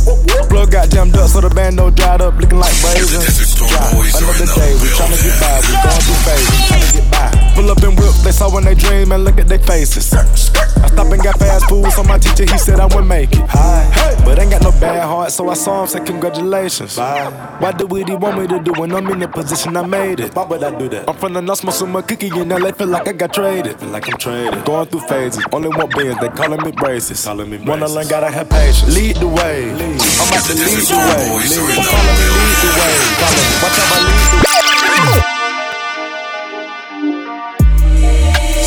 Speaker 13: Blood got jammed up so the band no dried up, looking like blazing. Another day, we tryna get by, we going through phases, tryna get by. Pull up and whip, they saw when they dream and look at their faces. I stopped and got fast food, so my teacher he said I would make it. Hi, but ain't got no bad heart, so I saw him say congratulations. Why do what he want me to do when I'm in the position I made it? Why would I do that? I'm from the North, smoking my cookie in LA, feel like I got traded. Feel like I'm traded. Going through phases, only one being they calling me braces. Calling me Wanna learn, gotta have patience. Lead the way. I'm about to lead the way. Lead. Follow me, lead the way. Follow me. Watch out, I lead the way.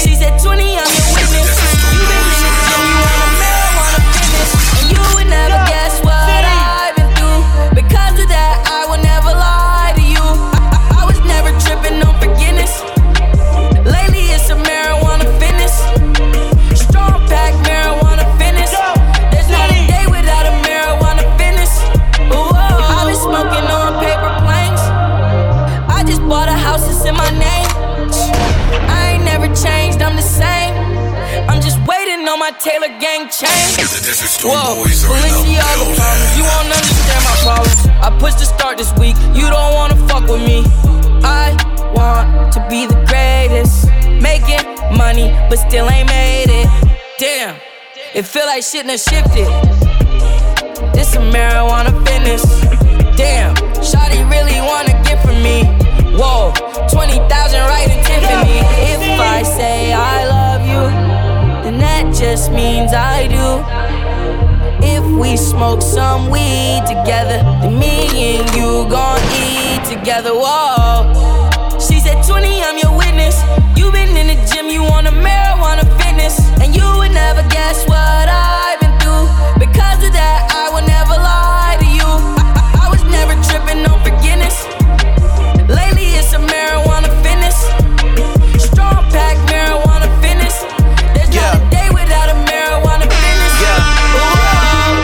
Speaker 14: She said 20 on your witness. You been in it, so you want a marijuana business. And you would never guess what I've been through. Because of that, I will never lie to you. I, I, I was never tripping on forgiveness. Lately, it's a marijuana fitness. Strong pack, marijuana fitness. There's not a day without a marijuana fitness. Ooh, I've been smoking on paper planes. I just bought a house, it's in my name. I ain't never changed, I'm the same. I'm just waiting on my Taylor gang change. Whoa, Balenciaga problems, you won't understand my problems. I pushed the start this week, you don't wanna fuck with me. I want to be the greatest. Making money, but still ain't made it. Damn, it feel like shit done shifted. This a marijuana fitness. Damn, Shotty really wanna get from me. Whoa, 20,000 right in Tiffany. If I say I love you, then that just means I do. If we smoke some weed together, then me and you gon' eat together. Whoa. She said 20, I'm your witness. You been in the gym, you want a marijuana fitness. And you would never guess what I've been through. Because of that, I will never lie to you. I, I, I was never tripping on forgiveness. Lately, it's a marijuana fitness. Strong pack, marijuana fitness. There's not a day without a marijuana fitness.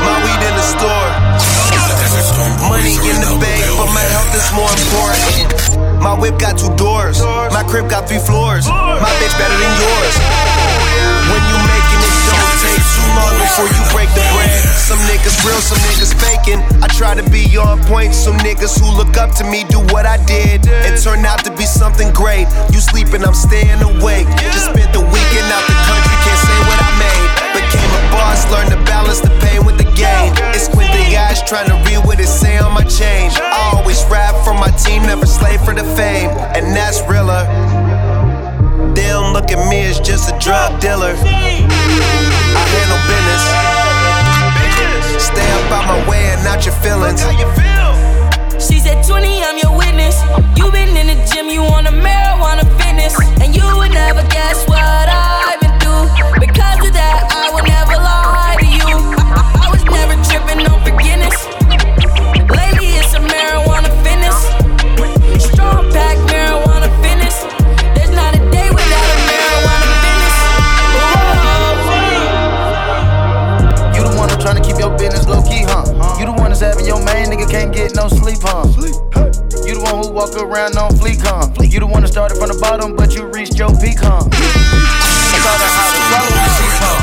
Speaker 15: My weed in the store. Money in the bank, but my health is more important. My whip got two doors. My crib got three floors. My bitch better than yours. When you making it, don't take too long before you break the brand. Some niggas real, some niggas faking. I try to be on point. Some niggas who look up to me do what I did and turn out to be something great. You sleeping, I'm staying awake. Just spent the weekend out the country, can't say what I made. Became a boss, learned to balance the pain with the gain. It's squinting eyes trying to read what it say on my chain. I always rap for my team, never slave for the fame, and that's realer. They don't look at me as just a drug dealer. I handle business. Stay up out my way and not your feelings.
Speaker 14: She said 20, I'm your witness. You been in the gym, you on a marijuana fitness. And you would never guess what I've been through. Because of that, I will never lie to you. I, I- I was never tripping on forgiveness. Lately, it's a marijuana fitness. Strong pack, marijuana fitness. There's not a day without a marijuana fitness.
Speaker 16: You the one who tryna keep your business low key, huh? You the one that's having your main nigga can't get no sleep, huh? You the one who walk around on fleek, huh? You the one that started from the bottom, but you reached your peak, huh? You taught her how to swallow the sheep, huh?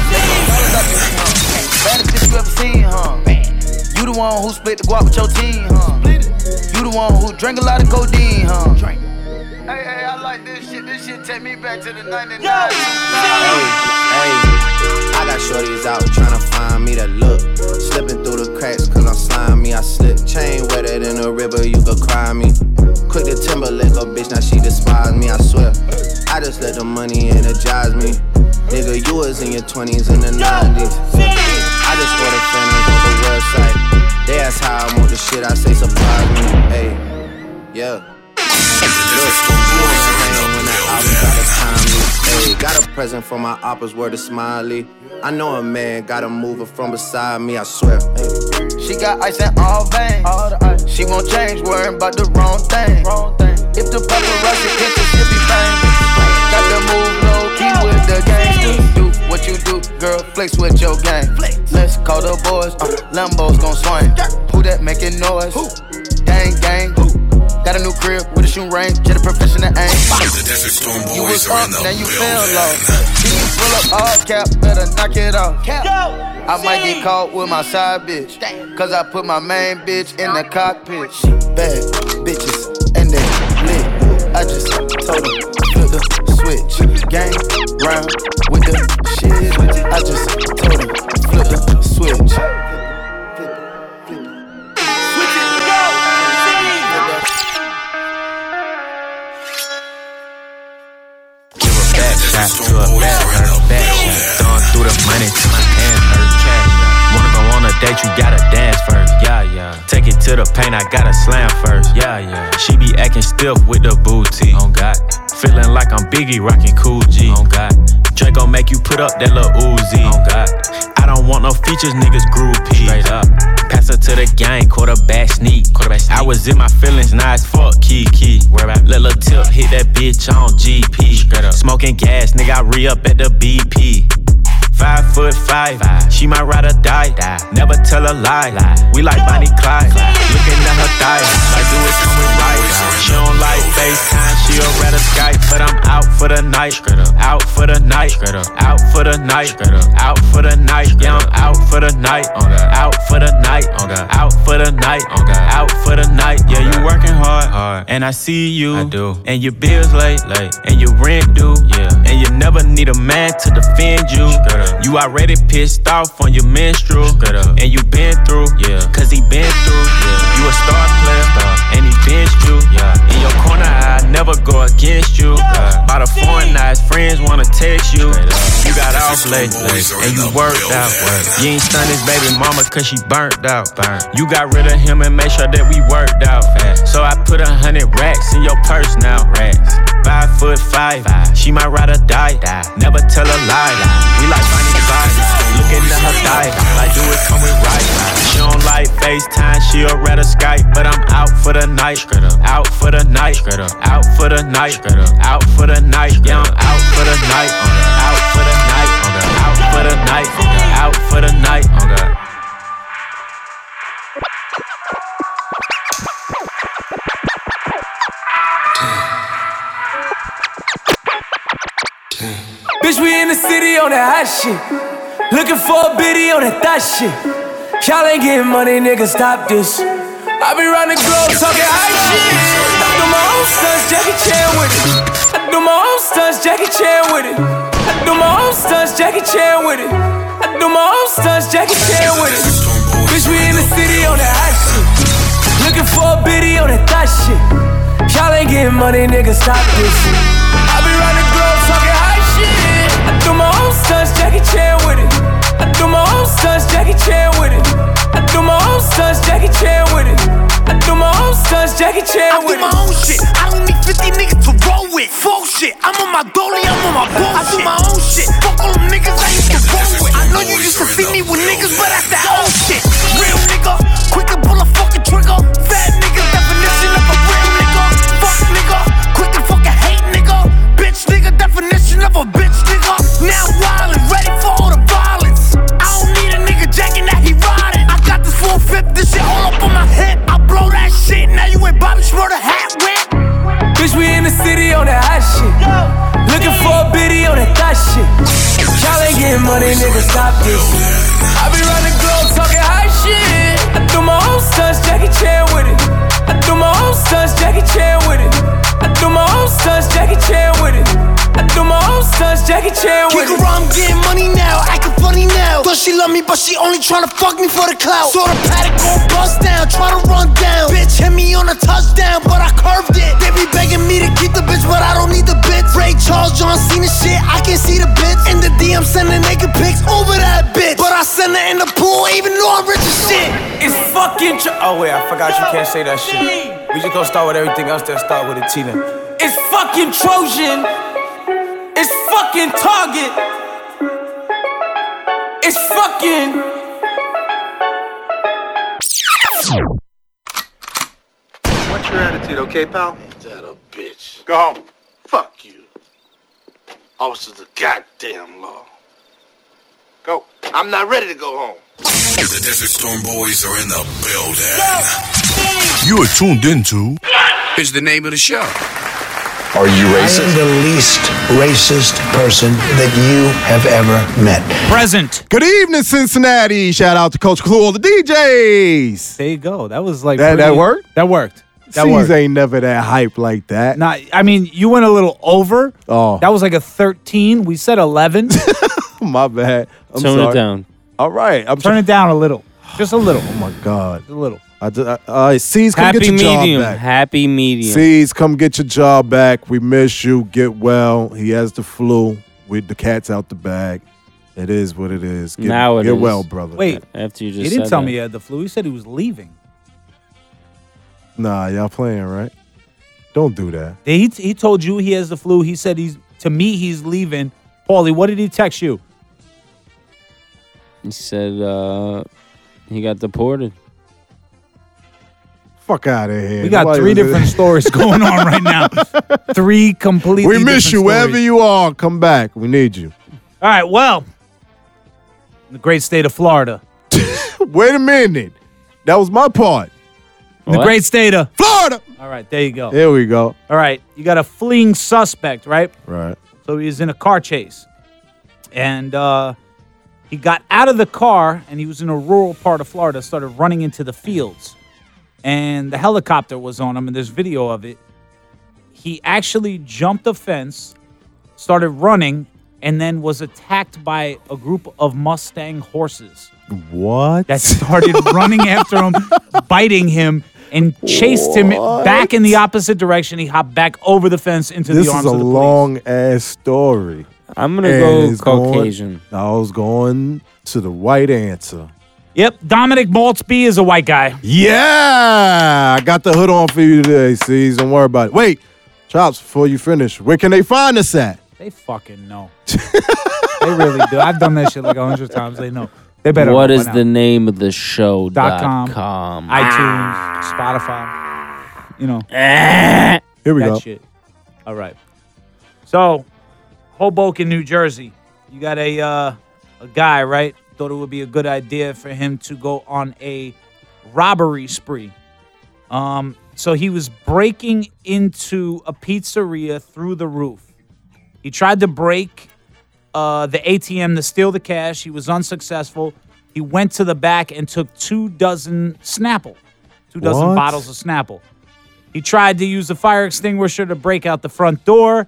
Speaker 16: Baddest bitch you ever seen, huh? You the one who split the guap with your team, huh? You the one who drank a lot of codeine, huh?
Speaker 17: Hey, hey, I like this shit. This shit take me back to the 99.
Speaker 18: Hey, I got shorties out tryna find me that look. Slipping through the cracks cause I'm slimy. I slip chain wetter than a river, you could cry me. Quick to Timberlake, a bitch, now she despise me, I swear. I just let the money energize me. Nigga, you was in your 20s and the 90s. I just ordered phantoms off the website. They ask how I want the shit, I say surprise me. Hey, yeah. Look, you ain't hang when I Got a present from my oppa's word of smiley. I know a man got a mover from beside me, I swear.
Speaker 16: She got ice in all veins. She won't change, worrying about the wrong thing. If the paparazzi catch her, she'll be famous. Got to move low key with the gangsters. Do what you do, girl, flex with your gang. Let's call the boys, uh, Lambo's gon' swing. Who that making noise? Gang, gang. Got a new crib with a shoe ring, jet a professional aim.
Speaker 19: The Desert Storm
Speaker 16: You
Speaker 19: Boys
Speaker 16: was
Speaker 19: are
Speaker 16: up,
Speaker 19: in the
Speaker 16: now you fell
Speaker 19: building.
Speaker 16: low. Then you pull up all cap, better knock it off. I might get caught with my side bitch. Cause I put my main bitch in the cockpit. She Bad bitches and they lit. I just told her, flip the switch. Gang round with the shit. I just told her, flip the switch.
Speaker 20: back to a back, hurt back. Throwing through the money to my hand hurt cash. Wanna go on a date, you gotta dance first. Yeah, yeah. Take it to the paint, I gotta slam first. Yeah, yeah. She be acting stiff with the booty. On God. Feeling like I'm Biggie rocking Cool G. On God. Draco make you put up that little Uzi. On God. I don't want no features, niggas groupies. Straight up. Pass her to the gang, quarterback sneak. Quarterback sneak. I was in my feelings, now it's fuck key key. Where about let lil' tip hit that bitch on GP. Straight up. Smoking gas, nigga, I re up at the BP. Five foot five, she might ride or die. Never tell a lie. We like Bonnie Clyde. Looking at her thigh, like do it coming right. She don't like FaceTime, she'll rather Skype. But I'm out for the night. Out for the night. Out for the night. Out for the night. Yeah, I'm out for the night. Out for the night. Out for the night. Out for the night. Yeah, you working hard. And I see you. I do. And your bills late. late. And your rent due. Yeah. And you never need a man to defend you. You already pissed off on your menstrual. And you been through. Yeah. Cause he been through. Yeah. You a star player. And he benched you. Yeah. In your corner, I never go against you. By the foreign eyes, friends wanna text you. You got off late. late, And you worked out. You ain't stun his baby mama cause she burnt out. You got rid of him and made sure that we worked out. So I put a hundred racks in your purse now. Racks. Five foot five. She might ride or die. Never tell a lie. We like finding vibes. Looking at her thigh. Like, do it come with right? She don't like FaceTime. She'll rather Skype. But I'm out for the night. Out for the night. Out for the night. Out for the night. Yeah, I'm out for the night. Out for the night. Out for the night. Out for the night.
Speaker 21: Bitch, we in the city on that hot shit. Looking for a biddy on that thot shit. Y'all ain't getting money, nigga, stop this. I be round the globe talking hot shit. I do my own stunts, Jackie Chan with it. I do my own stunts, Jackie Chan with it. I do my own stunts, Jackie Chan with it. I do my own stunts, Jackie Chan with it. Bitch, we in the city on that hot shit. Looking for a biddy on that thot shit. Y'all ain't getting money, nigga, stop this. I be round the globe talking hot shit. I do my own stunts, Jackie Chan with it. I do my own stunts, Jackie Chan with it. I do my own stunts, Jackie Chan with it. I do my own stunts, Jackie Chan with it. I do my own shit. I don't need 50 niggas to roll with. Full shit. I'm on my dolly, I'm on my bullshit. I do my own shit. Fuck all them niggas I used to roll with. I know you used to see me with niggas, but that's that old shit. Real nigga, quick to pull a fucking trigger. Fat nigga, definition of a real nigga. Fuck nigga, quick to fucking hate nigga. Bitch nigga, definition of a bitch nigga. Now wildin', ready for all the violence. I don't need a nigga jacking that he riding. I got this full fifth, this shit all up on my hip. I blow that shit, now you ain't Bobby Schroeder hat whip. Bitch, we in the city on that hot shit. Looking for a biddy on that thot shit. Y'all ain't getting money, nigga, stop this. I be round the globe talking hot shit. I do my own stunts, Jackie Chan with it. I do my own stunts, Jackie Chan with it. I do my own stunts, Jackie Chan with it. I do my own stunts, Jackie Chan with it.
Speaker 10: Kick her, I'm getting money now, acting funny now. Does she love me, but she only tryna fuck me for the clout. Saw the paddock gon' bust down, try to run down. Bitch hit me on a touchdown, but I curved it. They be begging me to keep the bitch, but I don't need the bitch. Ray Charles, John Cena shit, I can see the bitch. In the DM, sending naked pics over that bitch. But I send her in the pool, even though I'm rich as shit.
Speaker 21: It's fucking. Tr- oh, wait, I forgot you can't say that shit. We just gonna start with everything else, then start with a Tina. It's fucking Trojan. It's fucking Target. It's fucking.
Speaker 19: What's your attitude, okay, pal? Ain't that a bitch? Go home. Fuck you. Officers of goddamn law. Go. I'm not ready to go home.
Speaker 22: The Desert Storm Boys are in the building.
Speaker 4: You are tuned into. Is the name of the show.
Speaker 8: Are you racist? I am the least racist person that you have ever met.
Speaker 5: Present.
Speaker 3: Good evening, Cincinnati. Shout out to Coach Clue, all the DJs.
Speaker 5: There you go. That was like
Speaker 3: that. that
Speaker 5: pretty-
Speaker 3: worked.
Speaker 5: That worked. That
Speaker 3: C's
Speaker 5: worked.
Speaker 3: ain't never that hype like that.
Speaker 5: Not. I mean, you went a little over.
Speaker 3: Oh,
Speaker 5: That was like a 13. We said 11.
Speaker 3: (laughs) my bad. I'm sorry. All right, I'm
Speaker 5: Turn it down a little. Just a little.
Speaker 3: (sighs) Oh my god.
Speaker 5: A little.
Speaker 3: I d- I- all right, C's come
Speaker 6: Happy
Speaker 3: get your
Speaker 6: medium.
Speaker 3: job back.
Speaker 6: Happy medium.
Speaker 3: C's come get your job back. We miss you. Get well. He has the flu. With the cat's out the bag. It is what it is. Get,
Speaker 6: Now it
Speaker 3: get
Speaker 6: is.
Speaker 3: well, brother.
Speaker 5: Wait.
Speaker 6: After you
Speaker 5: he
Speaker 6: just
Speaker 5: didn't
Speaker 6: said
Speaker 5: tell
Speaker 6: that.
Speaker 5: me he had the flu. He said he was leaving.
Speaker 3: Nah, y'all playing right? Don't do that.
Speaker 5: He, he told you he has the flu. He said he's, to me, he's leaving. Paulie, what did he text you?
Speaker 6: He said uh, he got deported.
Speaker 3: Fuck out of here.
Speaker 5: We got
Speaker 3: Nobody
Speaker 5: three
Speaker 3: was- (laughs)
Speaker 5: different stories (laughs) going on right now. Three completely.
Speaker 3: We miss
Speaker 5: different
Speaker 3: you wherever
Speaker 5: stories.
Speaker 3: you are. Come back. We need you.
Speaker 5: All right. Well, the great state of Florida.
Speaker 3: (laughs) Wait a minute. That was my part.
Speaker 5: The great state of
Speaker 3: Florida.
Speaker 5: All right. There you go.
Speaker 3: There we go.
Speaker 5: All right. You got a fleeing suspect, right?
Speaker 3: Right.
Speaker 5: So he was in a car chase. And uh, he got out of the car and he was in a rural part of Florida, started running into the fields. And the helicopter was on him, and there's video of it. He actually jumped a fence, started running, and then was attacked by a group of Mustang horses
Speaker 3: What?
Speaker 5: that (laughs) started running after him, biting him, and chased him back in the opposite direction. He hopped back over the fence into
Speaker 3: this
Speaker 5: the
Speaker 3: is
Speaker 5: arms
Speaker 3: a
Speaker 5: of the
Speaker 3: long ass story.
Speaker 6: I'm
Speaker 5: gonna go Caucasian.
Speaker 3: I was going to the right answer.
Speaker 5: Yep, Dominic Maltzby is a white guy.
Speaker 3: Yeah, I got the hood on for you today, C's. Don't worry about it. Wait, Chops, before you finish, where can they find us at?
Speaker 5: They fucking know. they really do. I've
Speaker 3: (laughs)
Speaker 5: done that shit like a (laughs) hundred times. They know. They better.
Speaker 6: What
Speaker 5: know by
Speaker 6: is
Speaker 5: now.
Speaker 6: the name of the show?
Speaker 5: Dot com,
Speaker 6: com.
Speaker 3: Ah.
Speaker 5: iTunes, Spotify. You know.
Speaker 6: Eh.
Speaker 3: Here we
Speaker 5: that
Speaker 3: go.
Speaker 5: Shit. All right. So, Hoboken, New Jersey. You got a uh, a guy, right? Thought it would be a good idea for him to go on a robbery spree. Um, so he was breaking into a pizzeria through the roof. He tried to break uh, the ATM to steal the cash. He was unsuccessful. He went to the back and took two dozen Snapple, two dozen
Speaker 23: What?
Speaker 5: bottles of Snapple. He tried to use the fire extinguisher to break out the front door.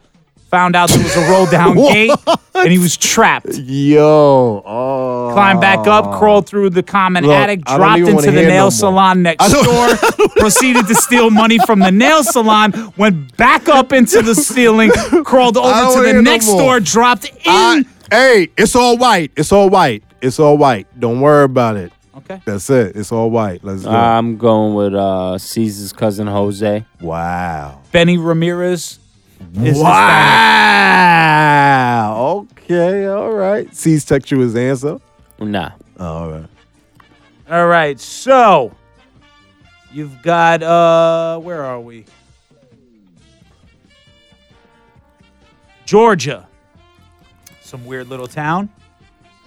Speaker 5: Found out there was
Speaker 3: (laughs)
Speaker 5: a roll down gate, and he was trapped.
Speaker 3: Yo, oh.
Speaker 5: Climbed back up, crawled through the common
Speaker 3: Look,
Speaker 5: attic,
Speaker 3: I don't
Speaker 5: dropped
Speaker 3: even
Speaker 5: into
Speaker 3: wanna
Speaker 5: the
Speaker 3: hear no
Speaker 5: nail
Speaker 3: more.
Speaker 5: salon next door,
Speaker 3: (laughs)
Speaker 5: proceeded to steal money from the nail salon, went back up into the ceiling, crawled
Speaker 3: I don't
Speaker 5: over
Speaker 3: wanna
Speaker 5: to
Speaker 3: hear
Speaker 5: the
Speaker 3: no
Speaker 5: next
Speaker 3: more.
Speaker 5: door, dropped in.
Speaker 3: Hey, it's all white. It's all white. It's all white. Don't worry about it.
Speaker 5: Okay.
Speaker 3: That's it. It's all white. Let's do it.
Speaker 6: I'm going with uh, Caesar's cousin Jose.
Speaker 3: Wow.
Speaker 5: Benny Ramirez. Is
Speaker 3: Wow. Okay. All right. C's text you his answer.
Speaker 6: Nah.
Speaker 3: All right.
Speaker 5: All right, so you've got uh where are we? Georgia. Some weird little town.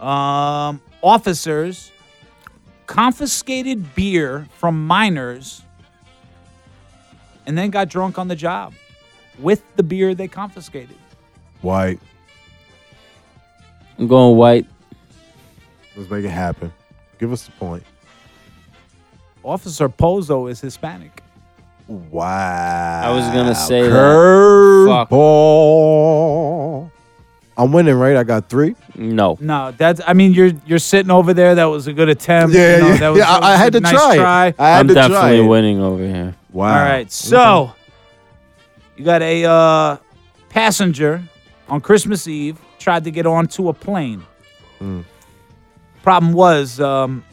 Speaker 5: Um officers confiscated beer from minors and then got drunk on the job with the beer they confiscated.
Speaker 3: White.
Speaker 6: I'm going white.
Speaker 3: Let's make it happen. Give us the point.
Speaker 5: Officer Pozo is Hispanic.
Speaker 3: Wow.
Speaker 6: I was gonna say that. Fuck.
Speaker 3: curveball. I'm winning, right? I got three.
Speaker 6: No.
Speaker 5: No, that's. I mean, you're you're sitting over there. That was a good attempt.
Speaker 3: Yeah,
Speaker 5: you know,
Speaker 3: yeah,
Speaker 5: that was,
Speaker 3: yeah,
Speaker 5: that
Speaker 3: I- I
Speaker 5: was a
Speaker 3: had to
Speaker 5: nice
Speaker 3: try it.
Speaker 5: try.
Speaker 3: I had
Speaker 6: I'm
Speaker 3: to try
Speaker 6: definitely
Speaker 3: it.
Speaker 6: winning over here.
Speaker 3: Wow. Mm-hmm.
Speaker 5: All right, so you got a uh, passenger on Christmas Eve tried to get onto a plane.
Speaker 3: Mm.
Speaker 5: Problem was, um,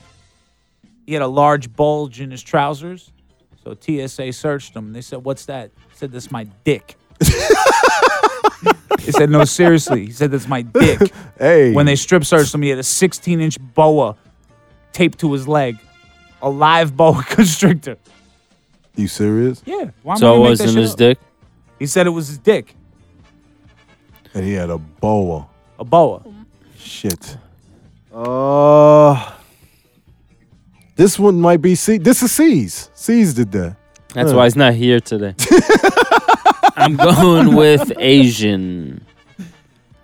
Speaker 5: he had a large bulge in his trousers, so TSA searched him. They said, "What's that?" He said, "That's my dick." He said, "No, seriously." He said, "That's my dick."
Speaker 3: hey.
Speaker 5: When they strip searched him, he had a 16-inch boa taped to his leg, a live boa (laughs) constrictor.
Speaker 3: You serious?
Speaker 5: Yeah. Why am I gonna make that shit up? He said it was his dick,
Speaker 3: And he had a boa.
Speaker 5: a boa.
Speaker 3: Shit. Uh this one might be C. This is C's. C's did that.
Speaker 6: That's why he's not here today.
Speaker 3: (laughs)
Speaker 6: I'm going with Asian.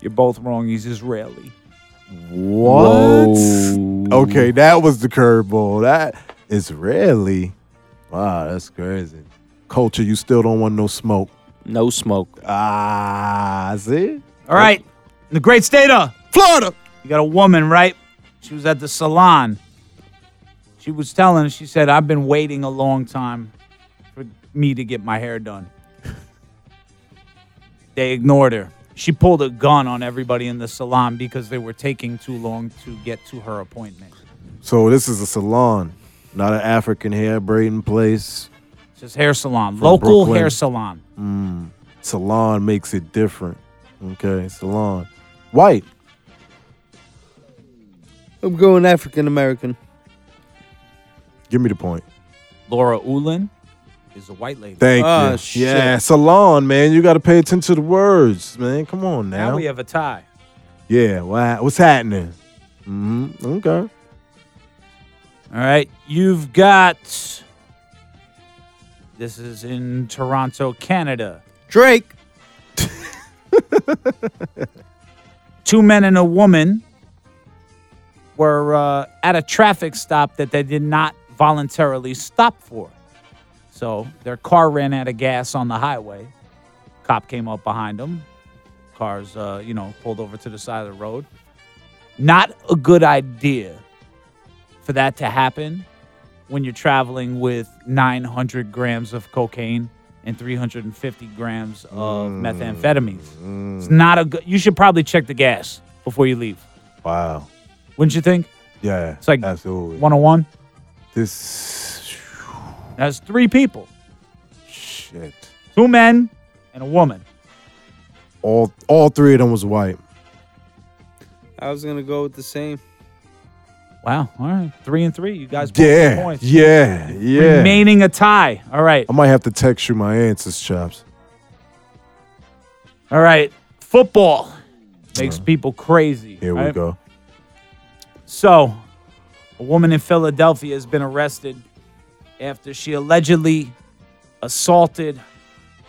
Speaker 5: You're both wrong. He's Israeli.
Speaker 3: What? Okay, that was the curveball. That is rarely. Wow, that's crazy. Culture, you still don't want no smoke.
Speaker 6: No smoke.
Speaker 3: Ah, see?
Speaker 5: All right. In the great state of Florida. You got a woman, right? She was at the salon. She was telling, she said, I've been waiting a long time for me to get my hair done. they ignored her. She pulled a gun on everybody in the salon because they were taking too long to get to her appointment.
Speaker 3: So this is a salon, not an African hair braiding place.
Speaker 5: It's just hair salon,
Speaker 3: From
Speaker 5: local
Speaker 3: Brooklyn.
Speaker 5: hair salon.
Speaker 3: Mm, salon makes it different. Okay, salon. White.
Speaker 6: I'm going African American.
Speaker 3: Give me the point.
Speaker 5: Laura Ulan is a white lady.
Speaker 3: Thank
Speaker 6: Ah,
Speaker 3: you. Yeah, salon, man. You got to pay attention to the words, man. Come on
Speaker 5: Now
Speaker 3: now.
Speaker 5: we have a tie.
Speaker 3: yeah, wha- what's happening? hmm Okay.
Speaker 5: All right, you've got. This is in Toronto, Canada.
Speaker 6: Drake.
Speaker 5: Two men and a woman were uh, at a traffic stop that they did not voluntarily stop for. So their car ran out of gas on the highway. Cop came up behind them. Cars, uh, you know, pulled over to the side of the road. Not a good idea for that to happen when you're traveling with 900 grams of cocaine and 350 grams of methamphetamines. It's not a good. You should probably check the gas before you leave.
Speaker 3: Wow.
Speaker 5: Wouldn't you think?
Speaker 3: Yeah.
Speaker 5: It's like
Speaker 3: absolutely.
Speaker 5: 101.
Speaker 3: This
Speaker 5: That's three people,
Speaker 3: shit.
Speaker 5: two men and a woman.
Speaker 3: All all three of them was white.
Speaker 6: I was gonna go with the same.
Speaker 5: Wow. All right. Three and three. You guys both get
Speaker 3: Yeah.
Speaker 5: points.
Speaker 3: Yeah. Yeah.
Speaker 5: Remaining a tie. All right.
Speaker 3: I might have to text you my answers, chops.
Speaker 5: All right. Football makes people crazy.
Speaker 3: Here we
Speaker 5: right?
Speaker 3: go.
Speaker 5: So, a woman in Philadelphia has been arrested after she allegedly assaulted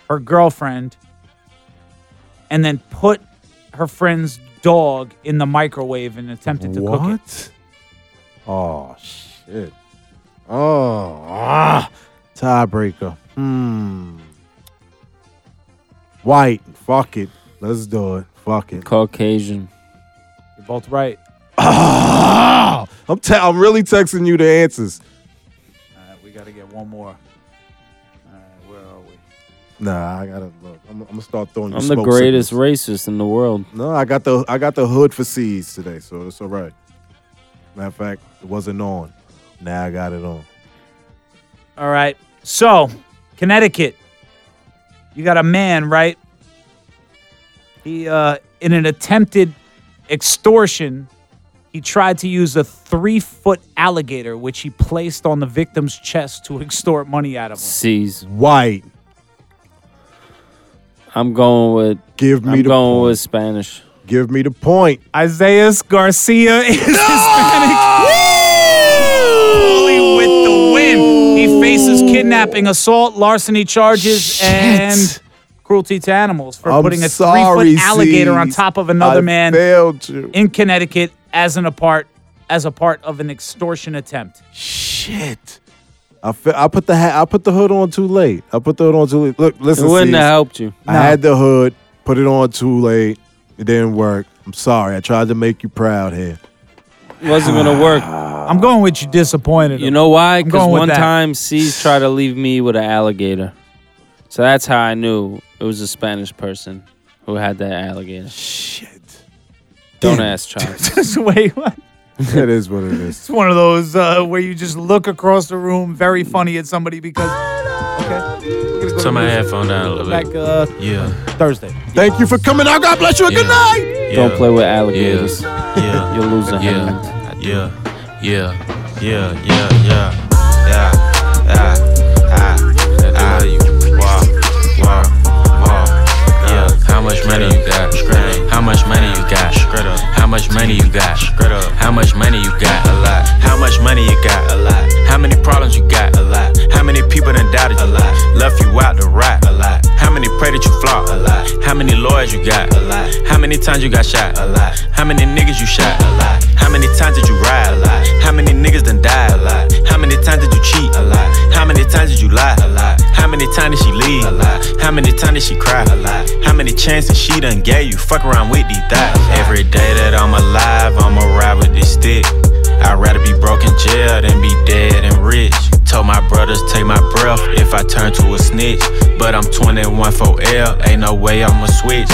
Speaker 5: her girlfriend and then put her friend's dog in the microwave and attempted to cook
Speaker 3: it. Oh shit. Oh ah, tiebreaker. Hmm. White. Fuck it. Let's do it. Fuck it.
Speaker 6: Caucasian.
Speaker 5: You're both right.
Speaker 3: Ah, I'm te- I'm really texting you the answers.
Speaker 5: All right, we got to get one more. All right, where are we?
Speaker 3: Nah, I gotta look. I'm, I'm gonna start throwing. you
Speaker 6: I'm the
Speaker 3: smoke
Speaker 6: greatest
Speaker 3: signals.
Speaker 6: racist in the world.
Speaker 3: No, I got the I got the hood for C's today, so it's all right. Matter of fact, it wasn't on. Now I got it on.
Speaker 5: All right. So, Connecticut, you got a man, right? He, uh, in an attempted extortion, he tried to use a three foot alligator, which he placed on the victim's chest to (laughs) extort money out of him.
Speaker 6: C's.
Speaker 3: White.
Speaker 6: I'm going with.
Speaker 3: Give
Speaker 6: me I'm the going with Spanish.
Speaker 3: Give me the point.
Speaker 5: Isaias Garcia is Holy Ah! with the win. He faces kidnapping, assault, larceny charges, and cruelty to animals for
Speaker 3: I'm
Speaker 5: putting a
Speaker 3: sorry,
Speaker 5: three foot alligator on
Speaker 3: C's.
Speaker 5: top of another
Speaker 3: I
Speaker 5: man
Speaker 3: failed you.
Speaker 5: in Connecticut as an apart as a part of an extortion attempt.
Speaker 3: Shit. (laughs) I, fe- I put the ha- I put the hood on too late. I put the hood on too late. Look, listen.
Speaker 6: it wouldn't
Speaker 3: C's.
Speaker 6: have helped you.
Speaker 3: I had the hood, put it on too late. It didn't work. I'm sorry. I tried to make you proud here.
Speaker 6: wasn't gonna work.
Speaker 5: I'm going with you disappointed. (laughs)
Speaker 6: You know why?
Speaker 5: I'm
Speaker 6: Because
Speaker 5: going with
Speaker 6: one
Speaker 5: that.
Speaker 6: time C's tried to leave me with an alligator. So that's how I knew it was a Spanish person who had that alligator.
Speaker 3: Shit.
Speaker 6: Don't
Speaker 5: (laughs)
Speaker 6: ask Charles.
Speaker 5: Wait, what?
Speaker 3: (laughs) it is what it is.
Speaker 5: It's one of those uh, where you just look across the room, very funny at somebody because. Okay. think it's gonna
Speaker 20: Turn my
Speaker 5: be-
Speaker 20: headphone down a little
Speaker 5: Back,
Speaker 20: bit.
Speaker 5: uh,
Speaker 20: yeah.
Speaker 5: Thursday.
Speaker 3: Thank you for coming out. God bless you. and Good night.
Speaker 6: Don't play with alligators. (laughs)
Speaker 20: Yeah.
Speaker 6: You'll lose
Speaker 20: yeah.
Speaker 6: a hand.
Speaker 20: Yeah. Yeah. Yeah. Yeah. Yeah. Yeah. Yeah. Yeah. Yeah. You walk, walk, walk. Yeah. How much money you got? How much money you got? How much money you got? How much money you got? A lot. How much money you got? A lot. How many problems you got? A lot. How many people done doubted you? A lot. Left you out to rot? A lot. How many pray that you flop? A lot. How many lawyers you got? A lot. How many times you got shot? A lot. How many niggas you shot? A lot. How many times did you ride? A lot. How many niggas done died? A lot. How many times did you cheat? A lot. How many times did you lie? A lot. How many times did she leave? A lot. How many times did she cry? A lot. How many chances she done gave you? Fuck around with these thoughts. Every day that I'm alive, I'ma ride with this stick. I'd rather be broke in jail than be dead and rich. Told my brothers take my breath if I turn to a snitch. But I'm 21 for L, ain't no way I'ma switch.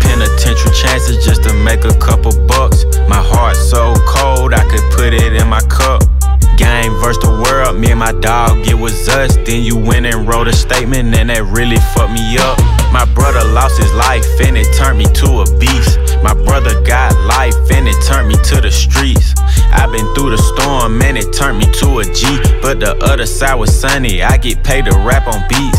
Speaker 20: Penitential chances just to make a couple bucks. My heart so cold, I could put it in my cup. Game versus the world, me and my dog, it was us. Then you went and wrote a statement, and that really fucked me up. My brother lost his life, and it turned me to a beast. My brother got life, and it turned me to the streets. I've been through the storm, and it turned me to a G. But the other side was sunny, I get paid to rap on beats.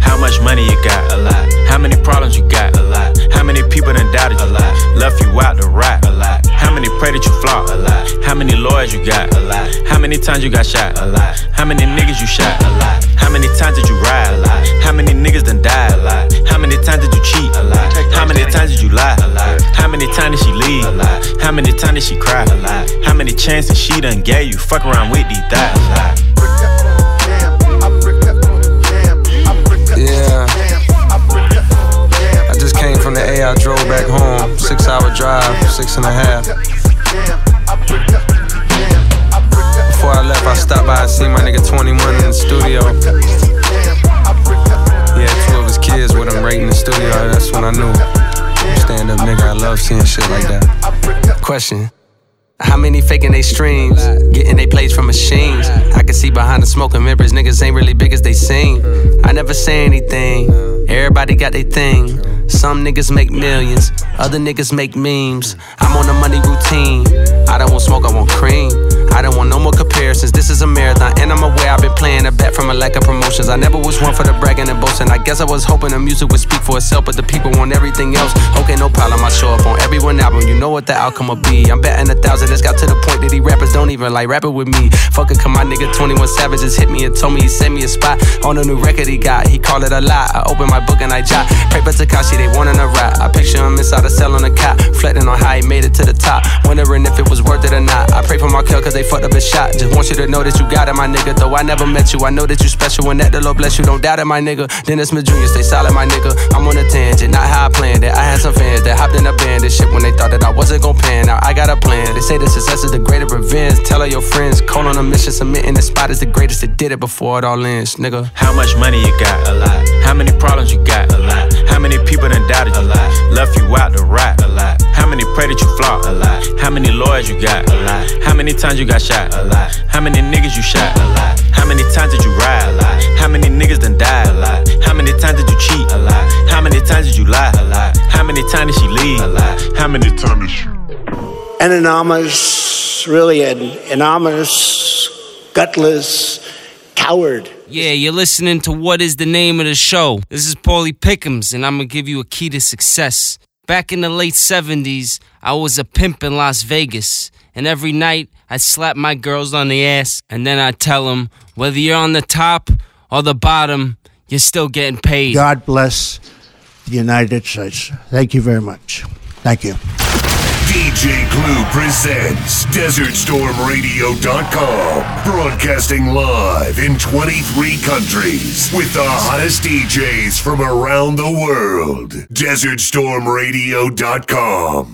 Speaker 20: How much money you got? A lot. How many problems you got? A lot. How many people done doubted you? A lot. Left you out to rot? A lot. How many pray that you flop? A lot. How many lawyers you got? A lot. How many times you got shot? A lot. How many niggas you shot? A lot. How many times did you ride? A lot. How many niggas done died? A lot. How many times did you cheat? A lot. How many times did you lie? A lot. How many times did she leave? A lot. How many times did she cry? A lot. How many chances she done gave you? Fuck around with these thoughts. A lot.
Speaker 24: Yeah. I just came from the A. I drove back home. Six hour drive, six and a half. Before I left, I stopped by and seen my nigga 21 in the studio. Yeah, two of his kids with him right in the studio. That's when I knew. Stand up nigga, I love seeing shit like that. Question. How many faking they streams? Getting they plays from machines. I can see behind the smoke and mirrors, niggas ain't really big as they seem. I never say anything, everybody got their thing. Some niggas make millions, other niggas make memes. I'm on a money routine. I don't want smoke, I want cream. I don't want no more comparisons. This is a marathon, and I'm aware I've been playing a bet from a lack of promotions. I never was one for the bragging and boasting. I guess I was hoping the music would speak for itself, but the people want everything else. Okay, no problem. I show up on every one album. You know what the outcome will be. I'm betting a thousand. It's got to the point that these rappers don't even like rapping with me. Fuck it, come my nigga 21 Savage just hit me and told me he sent me a spot on a new record he got. He called it a lie. I open my book and I jot. Pray for Takashi, they wanting a ride. I picture him inside a cell on a cot, flatting on how he made it to the top. Wondering if it was worth it or not. I pray for Markel cause they fucked up his shot. Just want you to know that you got it, my nigga. Though I never met you, I know that you special. And that the Lord bless you, don't doubt it, my nigga. Dennis Mid Jr., stay solid, my nigga. I'm on a tangent, not how I planned it. I had some fans that hopped in a band. This shit when they thought that I wasn't gon' pan. Now I got a plan. They say the success is the greatest revenge. Tell all your friends, call on a mission, submitting the spot is the greatest that did it before it all ends, nigga.
Speaker 20: How much money you got? A lot. How many problems you got? A lot. How many people done doubted you? A lot. Left you out to rot? A lot. How many pray that you flop? A lot. How many lawyers you got? A lot. How many times you got shot? A lot. How many niggas you shot? A lot. How many times did you ride? A lot. How many niggas done died? A lot. How many times did you cheat? A lot. How many times did you lie? A lot. How many times did she leave? A lot. How many times did she?
Speaker 8: an anonymous, really an anonymous, gutless coward.
Speaker 23: Yeah, you're listening to What is the Name of the Show? This is Paulie Pickums, and I'm gonna give you a key to success. Back in the late 70s, I was a pimp in Las Vegas, and every night I'd slap my girls on the ass, and then I'd tell them whether you're on the top or the bottom, you're still getting paid.
Speaker 8: God bless the United States. Thank you very much. Thank you.
Speaker 22: DJ Clue presents DesertStormRadio.com. Broadcasting live in 23 countries with the hottest DJs from around the world. DesertStormRadio.com.